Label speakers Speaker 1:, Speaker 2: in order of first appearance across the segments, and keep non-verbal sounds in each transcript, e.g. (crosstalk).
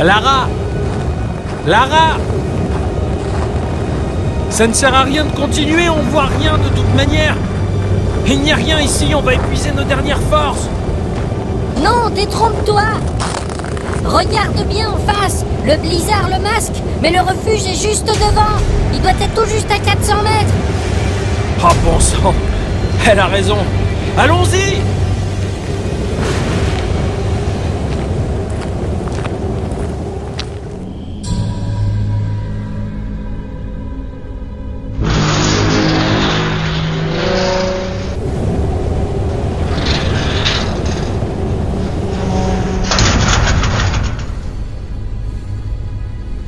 Speaker 1: Lara Lara Ça ne sert à rien de continuer, on voit rien de toute manière Il n'y a rien ici, on va épuiser nos dernières forces
Speaker 2: Non, détrompe-toi Regarde bien en face Le blizzard le masque, mais le refuge est juste devant Il doit être tout juste à 400 mètres
Speaker 1: Oh bon sang Elle a raison Allons-y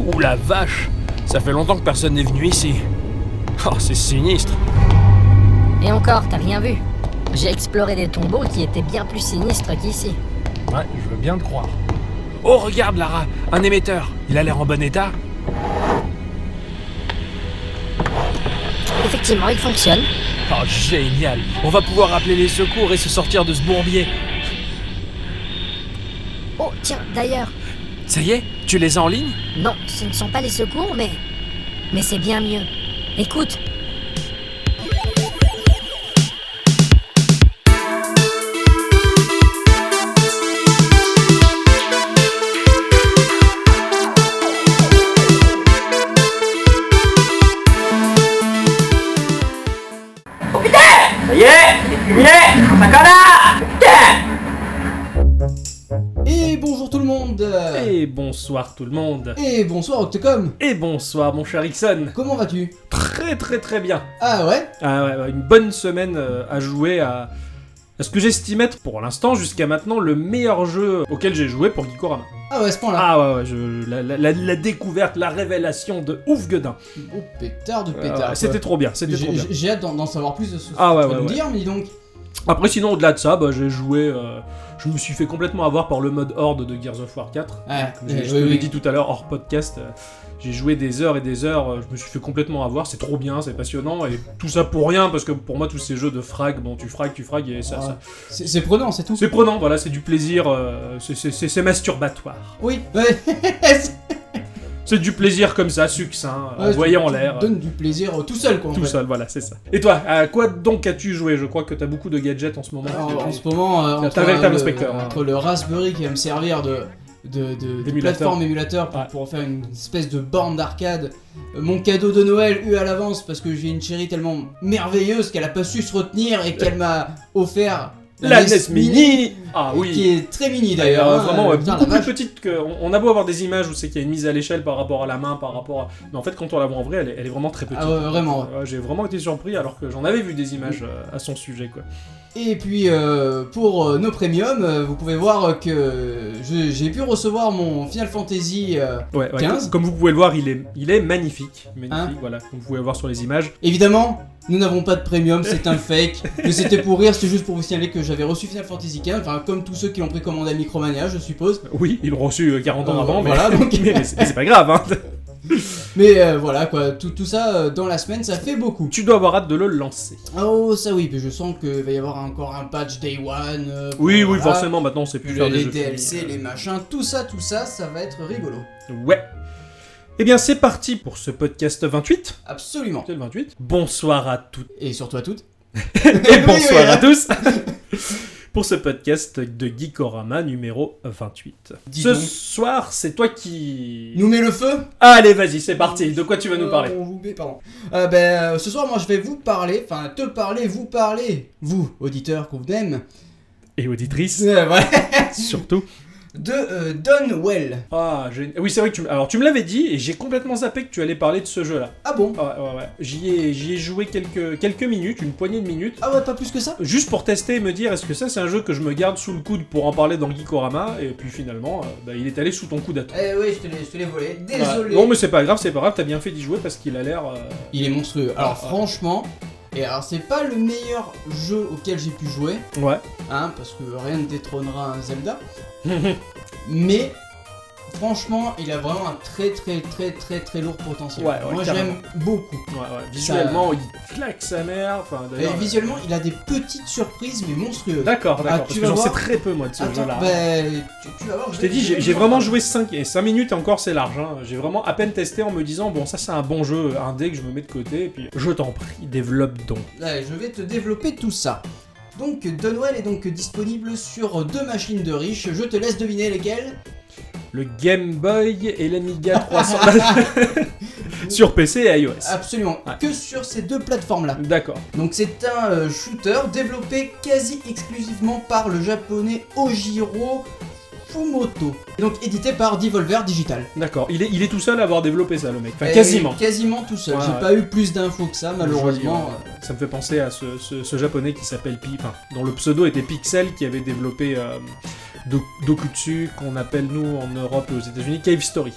Speaker 1: Ouh la vache Ça fait longtemps que personne n'est venu ici. Oh, c'est sinistre
Speaker 2: Et encore, t'as rien vu J'ai exploré des tombeaux qui étaient bien plus sinistres qu'ici.
Speaker 3: Ouais, je veux bien le croire.
Speaker 1: Oh, regarde, Lara Un émetteur Il a l'air en bon état
Speaker 2: Effectivement, il fonctionne.
Speaker 1: Oh, génial On va pouvoir appeler les secours et se sortir de ce bourbier
Speaker 2: Oh, tiens, d'ailleurs,
Speaker 1: Ça y est Tu les as en ligne
Speaker 2: non, ce ne sont pas les secours, mais. Mais c'est bien mieux. Écoute,
Speaker 4: Et bonjour tout le monde
Speaker 5: Et bonsoir tout le monde
Speaker 4: Et bonsoir Octocom
Speaker 5: Et bonsoir mon cher Ixon
Speaker 4: Comment vas-tu
Speaker 5: Très très très bien
Speaker 4: Ah ouais
Speaker 5: Ah ouais, ouais, Une bonne semaine euh, à jouer à... à ce que j'estime être pour l'instant jusqu'à maintenant le meilleur jeu auquel j'ai joué pour Gikorama.
Speaker 4: Ah ouais, à ce point-là
Speaker 5: Ah ouais, ouais je- la, la- la- la découverte, la révélation de ouf gueudin.
Speaker 4: Oh pétard de
Speaker 5: Ah ouais,
Speaker 4: pétard
Speaker 5: C'était trop bien, c'était trop
Speaker 4: J'ai
Speaker 5: bien.
Speaker 4: j'ai- j'ai hâte d'en d'en savoir plus de ce
Speaker 5: Ah
Speaker 4: que
Speaker 5: ouais,
Speaker 4: tu vas
Speaker 5: ouais,
Speaker 4: nous
Speaker 5: ouais.
Speaker 4: dire, mais dis donc
Speaker 5: Après sinon au-delà de ça, bah, j'ai joué... euh, Je me suis fait complètement avoir par le mode Horde de Gears of War 4.
Speaker 4: Ah,
Speaker 5: Comme
Speaker 4: euh,
Speaker 5: je je
Speaker 4: oui,
Speaker 5: te l'ai
Speaker 4: oui.
Speaker 5: dit tout à l'heure hors podcast, euh, j'ai joué des heures et des heures, euh, je me suis fait complètement avoir, c'est trop bien, c'est passionnant, et tout ça pour rien, parce que pour moi, tous ces jeux de frag, bon, tu frags, tu frags, et ça.
Speaker 4: Ah,
Speaker 5: ça-
Speaker 4: C'est c'est prenant, c'est tout
Speaker 5: C'est prenant, voilà, c'est du plaisir, euh, c'est- c'est c'est- c'est masturbatoire.
Speaker 4: Oui (laughs) Ouais,
Speaker 5: C'est du plaisir comme ça, succinct, euh, envoyé
Speaker 4: tu-
Speaker 5: en
Speaker 4: tu
Speaker 5: l'air. euh,
Speaker 4: Donne du plaisir euh, tout seul quoi en
Speaker 5: Tout
Speaker 4: fait.
Speaker 5: seul, voilà, c'est ça. Et toi, à quoi donc as-tu joué Je crois que t'as beaucoup de gadgets en ce moment.
Speaker 4: Alors, en ce moment, euh, entre,
Speaker 5: véritable
Speaker 4: le,
Speaker 5: inspecteur, hein.
Speaker 4: entre le Raspberry qui va me servir de, de, de- de
Speaker 5: D'émulateur.
Speaker 4: plateforme émulateur pour,
Speaker 5: Ouais.
Speaker 4: pour faire une espèce de borne d'arcade, euh, mon cadeau de Noël eu à l'avance parce que j'ai une chérie tellement merveilleuse qu'elle a pas su se retenir et qu'elle m'a offert
Speaker 5: La NES Mini Ah oui
Speaker 4: qui est très mini
Speaker 5: D'ailleurs,
Speaker 4: d'ailleurs. hein,
Speaker 5: vraiment,
Speaker 4: euh,
Speaker 5: ouais,
Speaker 4: putain,
Speaker 5: beaucoup
Speaker 4: la
Speaker 5: plus
Speaker 4: vache.
Speaker 5: petite que. On, on a beau avoir des images où c'est qu'il y a une mise à l'échelle par rapport à la main, par rapport à. Mais en fait, quand on la voit en vrai, elle est, elle est vraiment très petite.
Speaker 4: Ah ouais, vraiment. ouais.
Speaker 5: Ouais, J'ai vraiment été surpris alors que j'en avais vu des images euh, à son sujet, quoi.
Speaker 4: Et puis euh, pour euh, nos premiums, euh, vous pouvez voir euh, que je- j'ai pu recevoir mon Final Fantasy euh,
Speaker 5: Ouais, ouais,
Speaker 4: 15.
Speaker 5: comme- Comme vous pouvez le voir, il est, il est magnifique. Magnifique,
Speaker 4: Hein
Speaker 5: voilà, comme vous pouvez le voir sur les images.
Speaker 4: Évidemment, nous n'avons pas de premium, c'est un fake. Mais c'était pour rire, c'est juste pour vous signaler que j'avais reçu Final Fantasy XV, enfin, comme tous ceux qui l'ont précommandé à Micromania, je suppose.
Speaker 5: Oui, ils l'ont reçu euh, 40 ans
Speaker 4: Euh,
Speaker 5: avant, mais,
Speaker 4: voilà,
Speaker 5: (laughs)
Speaker 4: donc.
Speaker 5: mais c'est mais c'est pas grave, hein.
Speaker 4: Mais euh, voilà, quoi, tout, tout ça euh, dans la semaine, ça fait beaucoup.
Speaker 5: (laughs) Tu dois avoir hâte de le lancer.
Speaker 4: Oh, ça oui, puis je sens qu'il va y avoir encore un patch Day One. euh,
Speaker 5: Oui, oui,
Speaker 4: voilà.
Speaker 5: forcément, maintenant, c'est plus
Speaker 4: Puis
Speaker 5: faire
Speaker 4: les
Speaker 5: des jeux
Speaker 4: DLC,
Speaker 5: finis,
Speaker 4: les machins, tout ça, tout ça, ça va être rigolo.
Speaker 5: euh, Ouais. Eh bien, c'est parti pour ce podcast 28.
Speaker 4: Absolument.
Speaker 5: C'est le 28. Bonsoir à (laughs) toutes.
Speaker 4: Et hein. surtout à toutes.
Speaker 5: Et bonsoir à tous (laughs) pour ce podcast de Geekorama numéro 28.
Speaker 4: Dis
Speaker 5: Ce
Speaker 4: donc.
Speaker 5: soir, c'est toi qui...
Speaker 4: Nous met le feu
Speaker 5: Allez, vas-y, c'est parti. De quoi tu vas nous parler
Speaker 4: Euh, on vous met- pardon. Euh, ben, euh, ce soir, moi, je vais vous parler, enfin, te parler, vous parler, vous, auditeurs qu'on aime, (laughs)
Speaker 5: Et auditrice,
Speaker 4: euh, voilà,
Speaker 5: surtout.
Speaker 4: de euh, Dunwell.
Speaker 5: Ah, j'ai- oui, c'est vrai que tu... m- Alors, tu me l'avais dit et j'ai complètement zappé que tu allais parler de ce jeu-là.
Speaker 4: Ah bon
Speaker 5: Ah, ouais, ouais, ouais. J'y ai, j'y ai joué quelques, quelques minutes, une poignée de minutes.
Speaker 4: Ah ouais, pas plus que ça
Speaker 5: Juste pour tester et me dire est-ce que ça c'est un jeu que je me garde sous le coude pour en parler dans Geekorama et puis finalement euh, bah, il est allé sous ton coude à toi.
Speaker 4: Eh oui, je te l'ai- je te l'ai volé,
Speaker 5: Ouais.
Speaker 4: désolé.
Speaker 5: Non mais c'est pas grave, c'est pas grave, t'as bien fait d'y jouer parce qu'il a l'air... euh,
Speaker 4: Il est monstrueux. Alors,
Speaker 5: Ouais.
Speaker 4: franchement, et alors, c'est pas le meilleur jeu auquel j'ai pu jouer,
Speaker 5: Ouais. (laughs)
Speaker 4: hein, parce que rien ne détrônera un Zelda,
Speaker 5: ouais,
Speaker 4: mais Franchement, il a vraiment un très très très très très lourd potentiel.
Speaker 5: Ouais, ouais,
Speaker 4: Moi
Speaker 5: carrément.
Speaker 4: j'aime beaucoup.
Speaker 5: Ouais, ouais. Visuellement, il claque sa mère. Enfin,
Speaker 4: Et
Speaker 5: d'ailleurs. euh,
Speaker 4: visuellement, il a des petites surprises mais monstrueuses.
Speaker 5: D'accord,
Speaker 4: Ah,
Speaker 5: d'accord. parce
Speaker 4: tu
Speaker 5: que
Speaker 4: vas
Speaker 5: j'en sais
Speaker 4: voir.
Speaker 5: très peu, moi, de ce
Speaker 4: Attends,
Speaker 5: jeu-là.
Speaker 4: bah, tu, tu vas voir.
Speaker 5: Je t'ai dit, j'ai j'ai vraiment joué 5, et 5 minutes et encore c'est large. hein. J'ai vraiment à peine testé en me disant, bon, ça c'est un bon jeu, un dé que je me mets de côté, et puis je t'en prie, développe donc.
Speaker 4: Allez, je vais te développer tout ça. Donc, Dunwell est donc disponible sur deux machines de riches. Je te laisse deviner lesquelles.
Speaker 5: Le Game Boy et l'Amiga 300 (laughs) sur PC et iOS.
Speaker 4: Absolument.
Speaker 5: Ouais.
Speaker 4: Que sur ces deux plateformes-là.
Speaker 5: Ah, D'accord.
Speaker 4: Donc, c'est un euh, shooter développé quasi exclusivement par le japonais Ojiro Fumoto. Et donc, édité par Devolver Digital.
Speaker 5: D'accord, il est, il est tout seul à avoir développé ça, le mec. Enfin,
Speaker 4: Et
Speaker 5: quasiment.
Speaker 4: Quasiment tout seul.
Speaker 5: Ouais,
Speaker 4: J'ai
Speaker 5: ouais.
Speaker 4: pas eu plus d'infos que ça, malheureusement.
Speaker 5: Joli, ouais. Ça me fait penser à ce, ce- ce japonais qui s'appelle Pi, enfin, dont le pseudo était Pixel, qui avait développé euh, Do- Dokutsu, qu'on appelle nous en Europe et aux États-Unis Cave Story.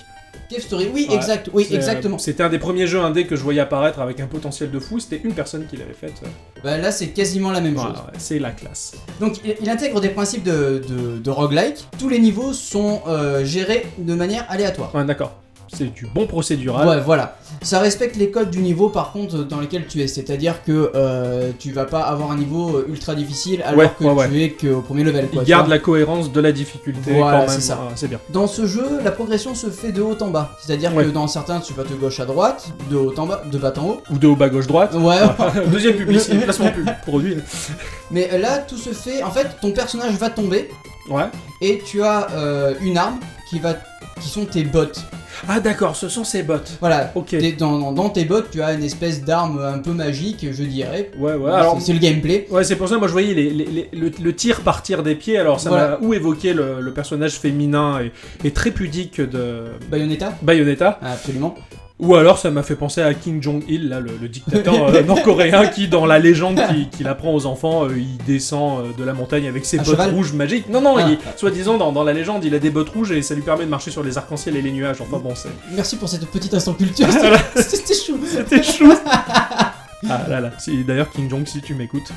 Speaker 4: Cave Story, oui,
Speaker 5: Ouais.
Speaker 4: exact. Oui,
Speaker 5: C'est, euh,
Speaker 4: exactement.
Speaker 5: C'était un des premiers jeux indés que je voyais apparaître avec un potentiel de fou. C'était une personne qui l'avait faite.
Speaker 4: Bah, là, c'est quasiment la même
Speaker 5: Ouais,
Speaker 4: chose.
Speaker 5: ouais, c'est la classe.
Speaker 4: Donc il, il intègre des principes de, de- de roguelike. Tous les niveaux sont euh, gérés de manière aléatoire.
Speaker 5: Ouais, d'accord. C'est du bon procédural.
Speaker 4: Ouais, voilà. Ça respecte les codes du niveau par contre dans lequel tu es. C'est-à-dire que euh, tu vas pas avoir un niveau euh, ultra difficile alors
Speaker 5: Ouais,
Speaker 4: que
Speaker 5: ouais,
Speaker 4: tu es qu'au premier level.
Speaker 5: Il
Speaker 4: quoi, tu
Speaker 5: garde
Speaker 4: vois.
Speaker 5: la cohérence de la difficulté
Speaker 4: Voilà,
Speaker 5: quand même.
Speaker 4: c'est ça.
Speaker 5: Ouais, c'est bien.
Speaker 4: Dans ce jeu, la progression se fait de haut en bas. C'est-à-dire
Speaker 5: Ouais.
Speaker 4: que dans certains, tu vas de gauche à droite, de haut en bas, de bas en haut.
Speaker 5: Ou de haut bas
Speaker 4: (laughs)
Speaker 5: gauche droite.
Speaker 4: Ouais.
Speaker 5: Deuxième
Speaker 4: (laughs)
Speaker 5: publicité, placement pub. Produit.
Speaker 4: Mais là, tout se fait. En fait, ton personnage va tomber
Speaker 5: Ouais.
Speaker 4: et tu as euh, une arme qui va, qui sont tes bottes.
Speaker 5: Ah d'accord, ce sont ces bottes.
Speaker 4: Voilà,
Speaker 5: Ok.
Speaker 4: T'es- Dans, dans- dans tes bottes, tu as une espèce d'arme un peu magique, je dirais.
Speaker 5: Ouais, ouais. Alors,
Speaker 4: C'est- c'est le gameplay.
Speaker 5: Ouais, c'est pour ça, moi je voyais les- les- les- le, le tir par tir des pieds, alors ça
Speaker 4: Voilà.
Speaker 5: m'a ou évoqué le, le personnage féminin et, et très pudique de
Speaker 4: Bayonetta
Speaker 5: Bayonetta,
Speaker 4: Absolument.
Speaker 5: ou alors ça m'a fait penser à Kim Jong-il, là, le, le dictateur (laughs) euh, nord-coréen qui, dans la légende qu'il qui apprend aux enfants, euh, il descend euh, de la montagne avec ses
Speaker 4: À
Speaker 5: bottes
Speaker 4: cheval
Speaker 5: rouges magiques. Non, non,
Speaker 4: Ah.
Speaker 5: il- soi-disant, dans, dans la légende, il a des bottes rouges et ça lui permet de marcher sur les arcs-en-ciel et les nuages. Enfin bon, c'est-
Speaker 4: Merci pour cette petite instant culture. C'était (laughs) c'était chou.
Speaker 5: (laughs) c'était chou Ah là là, si- d'ailleurs, Kim Jong, si tu m'écoutes,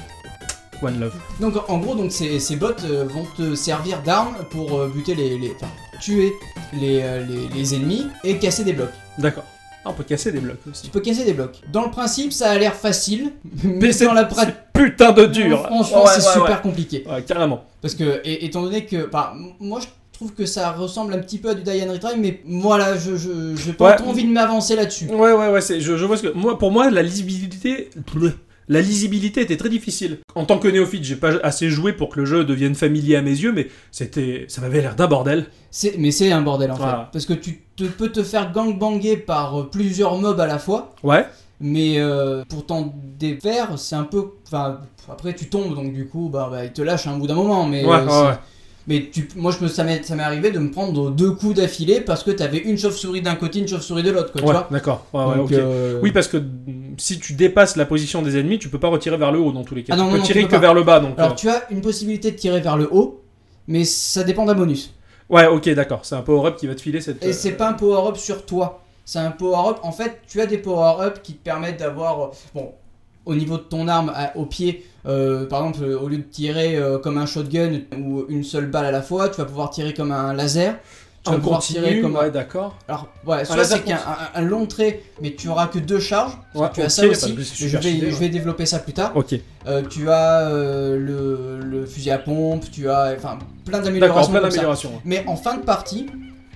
Speaker 5: one love.
Speaker 4: Donc en- en gros, donc ces, ces bottes euh, vont te servir d'arme pour euh, buter les, les- enfin, tuer les, euh, les- les ennemis et casser des blocs.
Speaker 5: D'accord. Ah, on peut casser des blocs
Speaker 4: Tu
Speaker 5: aussi.
Speaker 4: peux casser des blocs. Dans le principe, ça a l'air facile, mais
Speaker 5: c'est-
Speaker 4: dans la pratique,
Speaker 5: c'est putain de dur.
Speaker 4: franchement,
Speaker 5: Ouais,
Speaker 4: c'est
Speaker 5: ouais,
Speaker 4: super
Speaker 5: ouais.
Speaker 4: compliqué.
Speaker 5: Ouais, carrément.
Speaker 4: Parce que et- étant donné que, bah, m- moi je trouve que ça ressemble un petit peu à du Die and Retry, mais voilà, je je- j'ai pas
Speaker 5: Ouais.
Speaker 4: trop envie de m'avancer là-dessus.
Speaker 5: Ouais, ouais, ouais. c'est- Je, je vois ce que. Moi, pour moi, la lisibilité. Bleu. La lisibilité était très difficile. En tant que néophyte, j'ai pas assez joué pour que le jeu devienne familier à mes yeux, mais c'était, ça m'avait l'air d'un bordel.
Speaker 4: C'est- mais c'est un bordel en
Speaker 5: Voilà.
Speaker 4: fait. Parce que tu te, peux te faire gangbanger par euh, plusieurs mobs à la fois,
Speaker 5: Ouais.
Speaker 4: mais euh, pour t'en défaire, c'est un peu. Enfin, après tu tombes donc du coup, bah, bah, ils te lâchent un bout d'un moment. Mais,
Speaker 5: Ouais, ouais,
Speaker 4: euh, c'est-
Speaker 5: ouais.
Speaker 4: mais tu, moi je me, ça m'est ça m'est arrivé de me prendre deux coups d'affilée parce que t'avais une chauve-souris d'un côté, une chauve-souris de l'autre, quoi, tu
Speaker 5: Ouais,
Speaker 4: vois.
Speaker 5: D'accord. Ouais, ouais,
Speaker 4: Donc,
Speaker 5: ok.
Speaker 4: euh,
Speaker 5: Oui, parce que mm, si tu dépasses la position des ennemis, tu peux pas retirer vers le haut dans tous les cas.
Speaker 4: Ah non,
Speaker 5: tu
Speaker 4: non,
Speaker 5: peux
Speaker 4: non,
Speaker 5: tirer
Speaker 4: tu peux
Speaker 5: que
Speaker 4: pas.
Speaker 5: vers le bas. Donc,
Speaker 4: Alors
Speaker 5: euh,
Speaker 4: tu as une possibilité de tirer vers le haut, mais ça dépend d'un bonus.
Speaker 5: euh, Ouais, ok, d'accord. C'est un power-up qui va te filer cette.
Speaker 4: Et
Speaker 5: euh,
Speaker 4: c'est pas un power-up sur toi. C'est un power-up. En fait, tu as des power-up qui te permettent d'avoir. euh, Bon, au niveau de ton arme, à- au pied, euh, par exemple, euh, au lieu de tirer euh, comme un shotgun ou une seule balle à la fois, tu vas pouvoir tirer comme un laser. Tu vas
Speaker 5: En
Speaker 4: pouvoir tirer
Speaker 5: continu.
Speaker 4: comme
Speaker 5: Ouais,
Speaker 4: un.
Speaker 5: d'accord.
Speaker 4: Alors, ouais, soit
Speaker 5: laser
Speaker 4: c'est qu'un-
Speaker 5: continu.
Speaker 4: un, un long trait, mais tu auras que deux charges.
Speaker 5: Ouais,
Speaker 4: Tu as
Speaker 5: ok,
Speaker 4: ça
Speaker 5: parce
Speaker 4: aussi.
Speaker 5: que
Speaker 4: mais
Speaker 5: c'est
Speaker 4: Je
Speaker 5: super
Speaker 4: vais,
Speaker 5: stylé,
Speaker 4: je
Speaker 5: ouais.
Speaker 4: vais développer ça plus tard.
Speaker 5: Ok.
Speaker 4: Euh, tu as euh, le, le fusil à pompe, tu as enfin plein
Speaker 5: D'accord.
Speaker 4: d'améliorations.
Speaker 5: Plein
Speaker 4: comme ça.
Speaker 5: d'améliorations.
Speaker 4: Mais en fin de partie,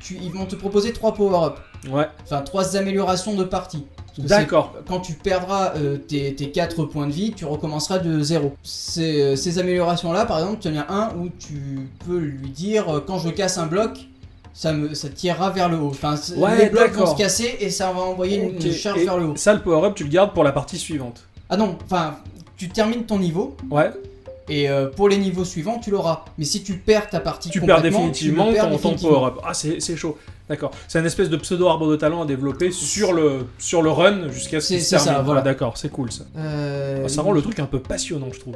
Speaker 4: tu, ils vont te proposer trois power-up.
Speaker 5: Ouais.
Speaker 4: Enfin, trois améliorations de partie. Parce que
Speaker 5: D'accord.
Speaker 4: c'est- Quand tu perdras euh, tes, tes 4 points de vie, tu recommenceras de zéro. Ces, euh, ces améliorations-là, par exemple, tu en as un où tu peux lui dire euh, quand je casse un bloc, ça me ça tirera vers le haut. Enfin, c'est-
Speaker 5: Ouais,
Speaker 4: les blocs vont
Speaker 5: d'accord.
Speaker 4: se casser et ça va envoyer une,
Speaker 5: Ok,
Speaker 4: une charge
Speaker 5: et
Speaker 4: vers le haut.
Speaker 5: Ça, le power-up, tu le gardes pour la partie suivante.
Speaker 4: Ah non, enfin, tu termines ton niveau
Speaker 5: Ouais.
Speaker 4: et euh, pour les niveaux suivants, tu l'auras. Mais si tu perds ta partie
Speaker 5: Tu perds
Speaker 4: complètement,
Speaker 5: définitivement
Speaker 4: tu le perds
Speaker 5: ton, ton
Speaker 4: définitivement.
Speaker 5: power-up. Ah, c'est c'est chaud. D'accord. C'est un espèce de pseudo-arbre de talent à développer sur le, sur le run jusqu'à ce
Speaker 4: C'est-
Speaker 5: qu'il se
Speaker 4: c'est ça,
Speaker 5: termine.
Speaker 4: voilà.
Speaker 5: Ah, D'accord, c'est cool ça.
Speaker 4: Euh,
Speaker 5: Ah, Ça rend le truc un peu passionnant, je trouve.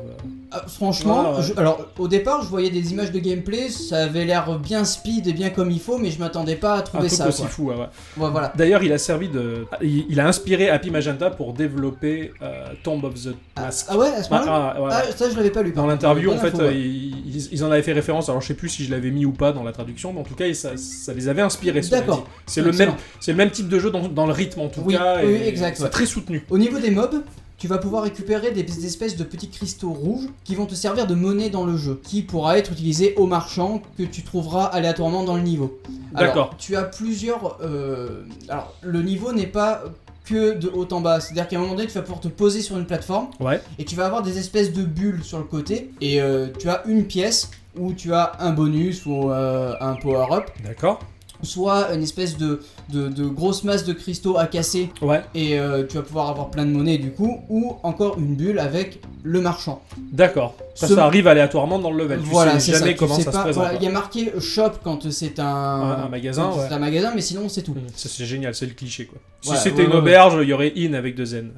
Speaker 4: Ah, franchement,
Speaker 5: Ouais, ouais.
Speaker 4: je- alors au départ, je voyais des images de gameplay, ça avait l'air bien speed et bien comme il faut, mais je m'attendais pas à
Speaker 5: Un
Speaker 4: trouver
Speaker 5: truc
Speaker 4: ça.
Speaker 5: aussi
Speaker 4: quoi.
Speaker 5: fou, ouais, ouais.
Speaker 4: Ouais, voilà.
Speaker 5: D'ailleurs, il a servi de. Il il a inspiré Happy Magenta pour développer euh, Tomb of the Mask.
Speaker 4: Ah ouais, à ce moment-là
Speaker 5: ouais.
Speaker 4: Ah, ça je l'avais pas lu.
Speaker 5: Bah, Dans l'interview, en
Speaker 4: Pas
Speaker 5: fait,
Speaker 4: l'info, ouais.
Speaker 5: euh, ils, ils- ils en avaient fait référence. Alors, je sais plus si je l'avais mis ou pas dans la traduction, mais en tout cas, ça, ça les avait inspirés. cela
Speaker 4: D'accord.
Speaker 5: dit. C'est le
Speaker 4: Excellent.
Speaker 5: même, c'est le même type de jeu dans, dans le rythme en tout
Speaker 4: Oui,
Speaker 5: cas.
Speaker 4: oui,
Speaker 5: et
Speaker 4: exact,
Speaker 5: C'est
Speaker 4: ouais.
Speaker 5: très soutenu.
Speaker 4: Au niveau des mobs, tu vas pouvoir récupérer des des espèces de petits cristaux rouges qui vont te servir de monnaie dans le jeu, qui pourra être utilisée au marchand que tu trouveras aléatoirement dans le niveau. Alors,
Speaker 5: D'accord.
Speaker 4: Tu as plusieurs. euh, Alors, le niveau n'est pas que de haut en bas, c'est-à-dire qu'à un moment donné, tu vas pouvoir te poser sur une plateforme
Speaker 5: Ouais.
Speaker 4: et tu vas avoir des espèces de bulles sur le côté et euh, tu as une pièce où tu as un bonus ou euh, un power-up,
Speaker 5: D'accord.
Speaker 4: soit une espèce de, de, de grosse masse de cristaux à casser
Speaker 5: Ouais.
Speaker 4: et euh, tu vas pouvoir avoir plein de monnaie du coup, ou encore une bulle avec le marchand.
Speaker 5: D'accord. Ça,
Speaker 4: Ce-
Speaker 5: ça arrive aléatoirement dans le level. tu sais
Speaker 4: c'est
Speaker 5: jamais
Speaker 4: tu
Speaker 5: comment
Speaker 4: sais
Speaker 5: ça
Speaker 4: pas-
Speaker 5: se présente.
Speaker 4: voilà, Il y a marqué shop quand c'est un,
Speaker 5: Un- un magasin,
Speaker 4: quand
Speaker 5: ouais.
Speaker 4: c'est un magasin, mais sinon c'est tout.
Speaker 5: quoi. Mm, ça, C'est génial, c'est le cliché quoi. Si
Speaker 4: Voilà,
Speaker 5: c'était
Speaker 4: ouais,
Speaker 5: une
Speaker 4: ouais,
Speaker 5: auberge, il y aurait in avec
Speaker 4: (laughs)
Speaker 5: deux n.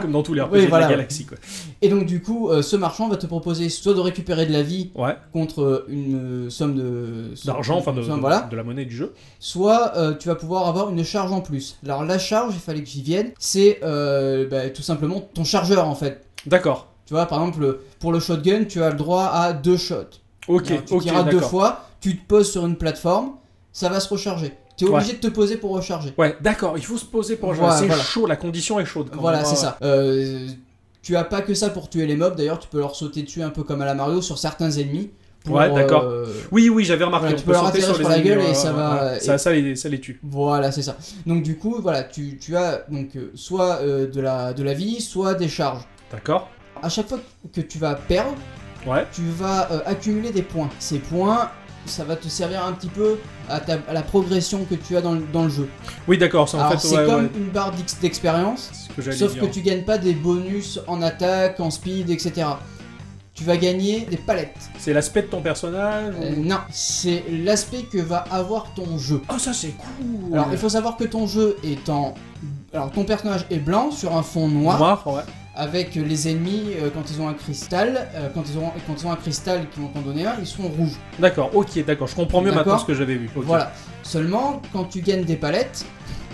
Speaker 5: Comme dans tous les RPG
Speaker 4: Oui,
Speaker 5: de
Speaker 4: voilà.
Speaker 5: la galaxie quoi.
Speaker 4: Et donc du coup, euh, ce marchand va te proposer soit de récupérer de la vie
Speaker 5: Ouais,
Speaker 4: contre euh, une euh, somme de
Speaker 5: d'argent, enfin de,
Speaker 4: somme,
Speaker 5: de-
Speaker 4: voilà,
Speaker 5: de la monnaie du jeu.
Speaker 4: soit euh, tu vas pouvoir avoir une charge en plus. Alors la charge, il fallait que j'y vienne, c'est euh, bah, tout simplement ton chargeur en fait.
Speaker 5: D'accord.
Speaker 4: Tu vois, par exemple, pour le shotgun, tu as le droit à deux shots.
Speaker 5: Ok,
Speaker 4: Alors, tu
Speaker 5: ok,
Speaker 4: tireras deux
Speaker 5: d'accord.
Speaker 4: fois, tu te poses sur une plateforme, ça va se recharger. Tu es obligé de te poser pour recharger.
Speaker 5: Ouais, d'accord, il faut se poser pour jouer.
Speaker 4: Voilà,
Speaker 5: c'est
Speaker 4: voilà.
Speaker 5: chaud, la condition est chaude. quand
Speaker 4: voilà,
Speaker 5: même. hein.
Speaker 4: c'est ça. Euh, tu as pas que ça pour tuer les mobs, d'ailleurs, tu peux leur sauter dessus un peu comme à la Mario sur certains ennemis. pour,
Speaker 5: Ouais, d'accord.
Speaker 4: euh,
Speaker 5: Oui, oui, j'avais remarqué.
Speaker 4: Voilà,
Speaker 5: on
Speaker 4: tu peux
Speaker 5: peut
Speaker 4: leur
Speaker 5: sauter
Speaker 4: atterrir
Speaker 5: sur les
Speaker 4: sur la
Speaker 5: ennemis,
Speaker 4: gueule et
Speaker 5: ouais,
Speaker 4: ça
Speaker 5: ouais,
Speaker 4: va-
Speaker 5: ouais. Ça, ça, les, ça les tue.
Speaker 4: Voilà, c'est ça. Donc du coup, voilà, tu, tu as donc euh, soit euh, de, la, de la vie, soit des charges.
Speaker 5: D'accord.
Speaker 4: À chaque fois que tu vas perdre,
Speaker 5: Ouais.
Speaker 4: tu vas euh, accumuler des points. Ces points, ça va te servir un petit peu à, ta- à la progression que tu as dans le- dans le jeu.
Speaker 5: Oui, d'accord. C'est en
Speaker 4: Alors
Speaker 5: fait
Speaker 4: c'est
Speaker 5: ouais,
Speaker 4: comme
Speaker 5: ouais,
Speaker 4: une barre d'ex- d'expérience,
Speaker 5: c'est ce que j'allais
Speaker 4: sauf
Speaker 5: dire.
Speaker 4: que tu gagnes pas des bonus en attaque, en speed, etc. Tu vas gagner des palettes.
Speaker 5: C'est l'aspect de ton personnage.
Speaker 4: Euh,
Speaker 5: ou-
Speaker 4: non, c'est l'aspect que va avoir ton jeu.
Speaker 5: Ah, ça c'est cool.
Speaker 4: Alors il faut savoir que ton jeu est en... Alors ton personnage est blanc sur un fond noir,
Speaker 5: Noir, ouais.
Speaker 4: avec les ennemis euh, quand ils ont un cristal, euh, quand, ils ont, quand ils ont un cristal qui vont t'en donner un, ils sont rouges.
Speaker 5: D'accord, ok, d'accord. Je comprends mieux maintenant
Speaker 4: D'accord.
Speaker 5: ce que j'avais vu. ok.
Speaker 4: Voilà. Seulement, quand tu gagnes des palettes,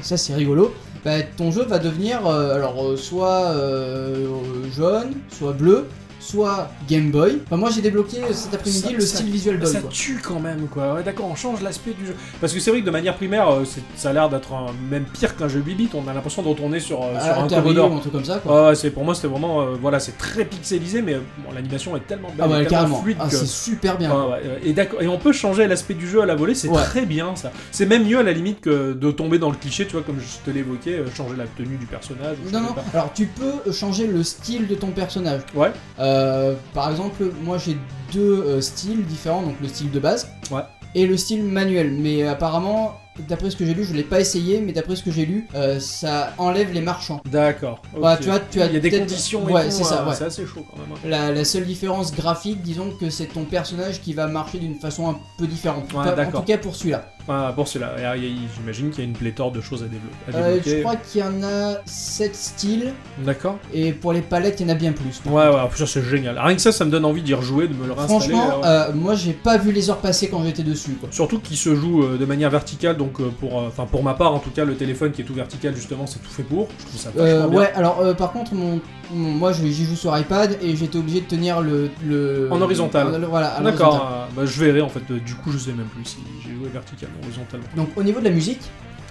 Speaker 4: ça c'est rigolo, bah, ton jeu va devenir euh, alors euh, soit euh, euh, jaune, soit bleu, soit Game Boy. Enfin, moi j'ai débloqué euh, cet
Speaker 5: Ça-
Speaker 4: après-midi le
Speaker 5: ça-
Speaker 4: style Visual Boy.
Speaker 5: Ça
Speaker 4: quoi.
Speaker 5: tue quand même, quoi. Ouais, d'accord, on change l'aspect du jeu. Parce que c'est vrai que de manière primaire, euh, c'est- ça a l'air d'être un- même pire qu'un jeu bibit. On a l'impression de retourner sur, euh, sur
Speaker 4: Ah,
Speaker 5: un
Speaker 4: Atari
Speaker 5: Commodore.
Speaker 4: ou un truc comme ça quoi.
Speaker 5: Ah ouais, c'est pour moi c'était vraiment euh, voilà c'est très pixelisé mais euh, bon, l'animation est tellement belle
Speaker 4: ah ouais,
Speaker 5: et tellement
Speaker 4: carrément.
Speaker 5: fluide
Speaker 4: Ah,
Speaker 5: que
Speaker 4: c'est super bien.
Speaker 5: Ah ouais, ouais. et d'accord et on peut changer l'aspect du jeu à la volée c'est
Speaker 4: Ouais.
Speaker 5: très bien ça c'est même mieux à la limite que de tomber dans le cliché tu vois comme je te l'évoquais euh, changer la tenue du personnage ou je
Speaker 4: Non,
Speaker 5: sais
Speaker 4: non,
Speaker 5: pas.
Speaker 4: alors tu peux changer le style de ton personnage.
Speaker 5: Ouais.
Speaker 4: Euh, par exemple, moi j'ai deux euh, styles différents, donc le style de base
Speaker 5: Ouais.
Speaker 4: et le style manuel. Mais apparemment, d'après ce que j'ai lu, je l'ai pas essayé, mais d'après ce que j'ai lu, euh, ça enlève les marchands.
Speaker 5: d'accord
Speaker 4: Bah,
Speaker 5: ok.
Speaker 4: tu as, tu as
Speaker 5: il y a des
Speaker 4: peut-être-
Speaker 5: conditions et
Speaker 4: Ouais,
Speaker 5: tout,
Speaker 4: c'est ça.
Speaker 5: euh,
Speaker 4: ouais.
Speaker 5: c'est assez chaud quand même hein.
Speaker 4: La, la seule différence graphique, disons que c'est ton personnage qui va marcher d'une façon un peu différente.
Speaker 5: Ouais,
Speaker 4: Pas- en
Speaker 5: d'accord.
Speaker 4: tout cas pour celui-là.
Speaker 5: Ah, pour cela et alors, il y a- j'imagine qu'il y a une pléthore de choses à, dévelop- à
Speaker 4: Euh,
Speaker 5: développer
Speaker 4: je crois qu'il y en a 7 styles,
Speaker 5: d'accord
Speaker 4: et pour les palettes, il y en a bien plus.
Speaker 5: ouais ouais en plus, ça c'est génial rien que ça ça me donne envie d'y rejouer de me le réinstaller
Speaker 4: Franchement,
Speaker 5: euh, ouais.
Speaker 4: euh, moi j'ai pas vu les heures passer quand j'étais dessus. Quoi.
Speaker 5: Surtout qu'il se joue euh, de manière verticale, donc euh, pour, euh, enfin pour ma part en tout cas, le téléphone qui est tout vertical justement, c'est tout fait pour. Je trouve ça
Speaker 4: Euh,
Speaker 5: vachement bien.
Speaker 4: ouais, alors euh, par contre, mon, mon- moi je- j'y joue sur iPad et j'étais obligé de tenir le. le-
Speaker 5: En horizontal.
Speaker 4: le- voilà, à l'horizontal.
Speaker 5: D'accord, euh, bah, je verrai en fait. euh, du coup, je sais même plus si j'ai joué vertical ou horizontalement.
Speaker 4: Donc au niveau de la musique,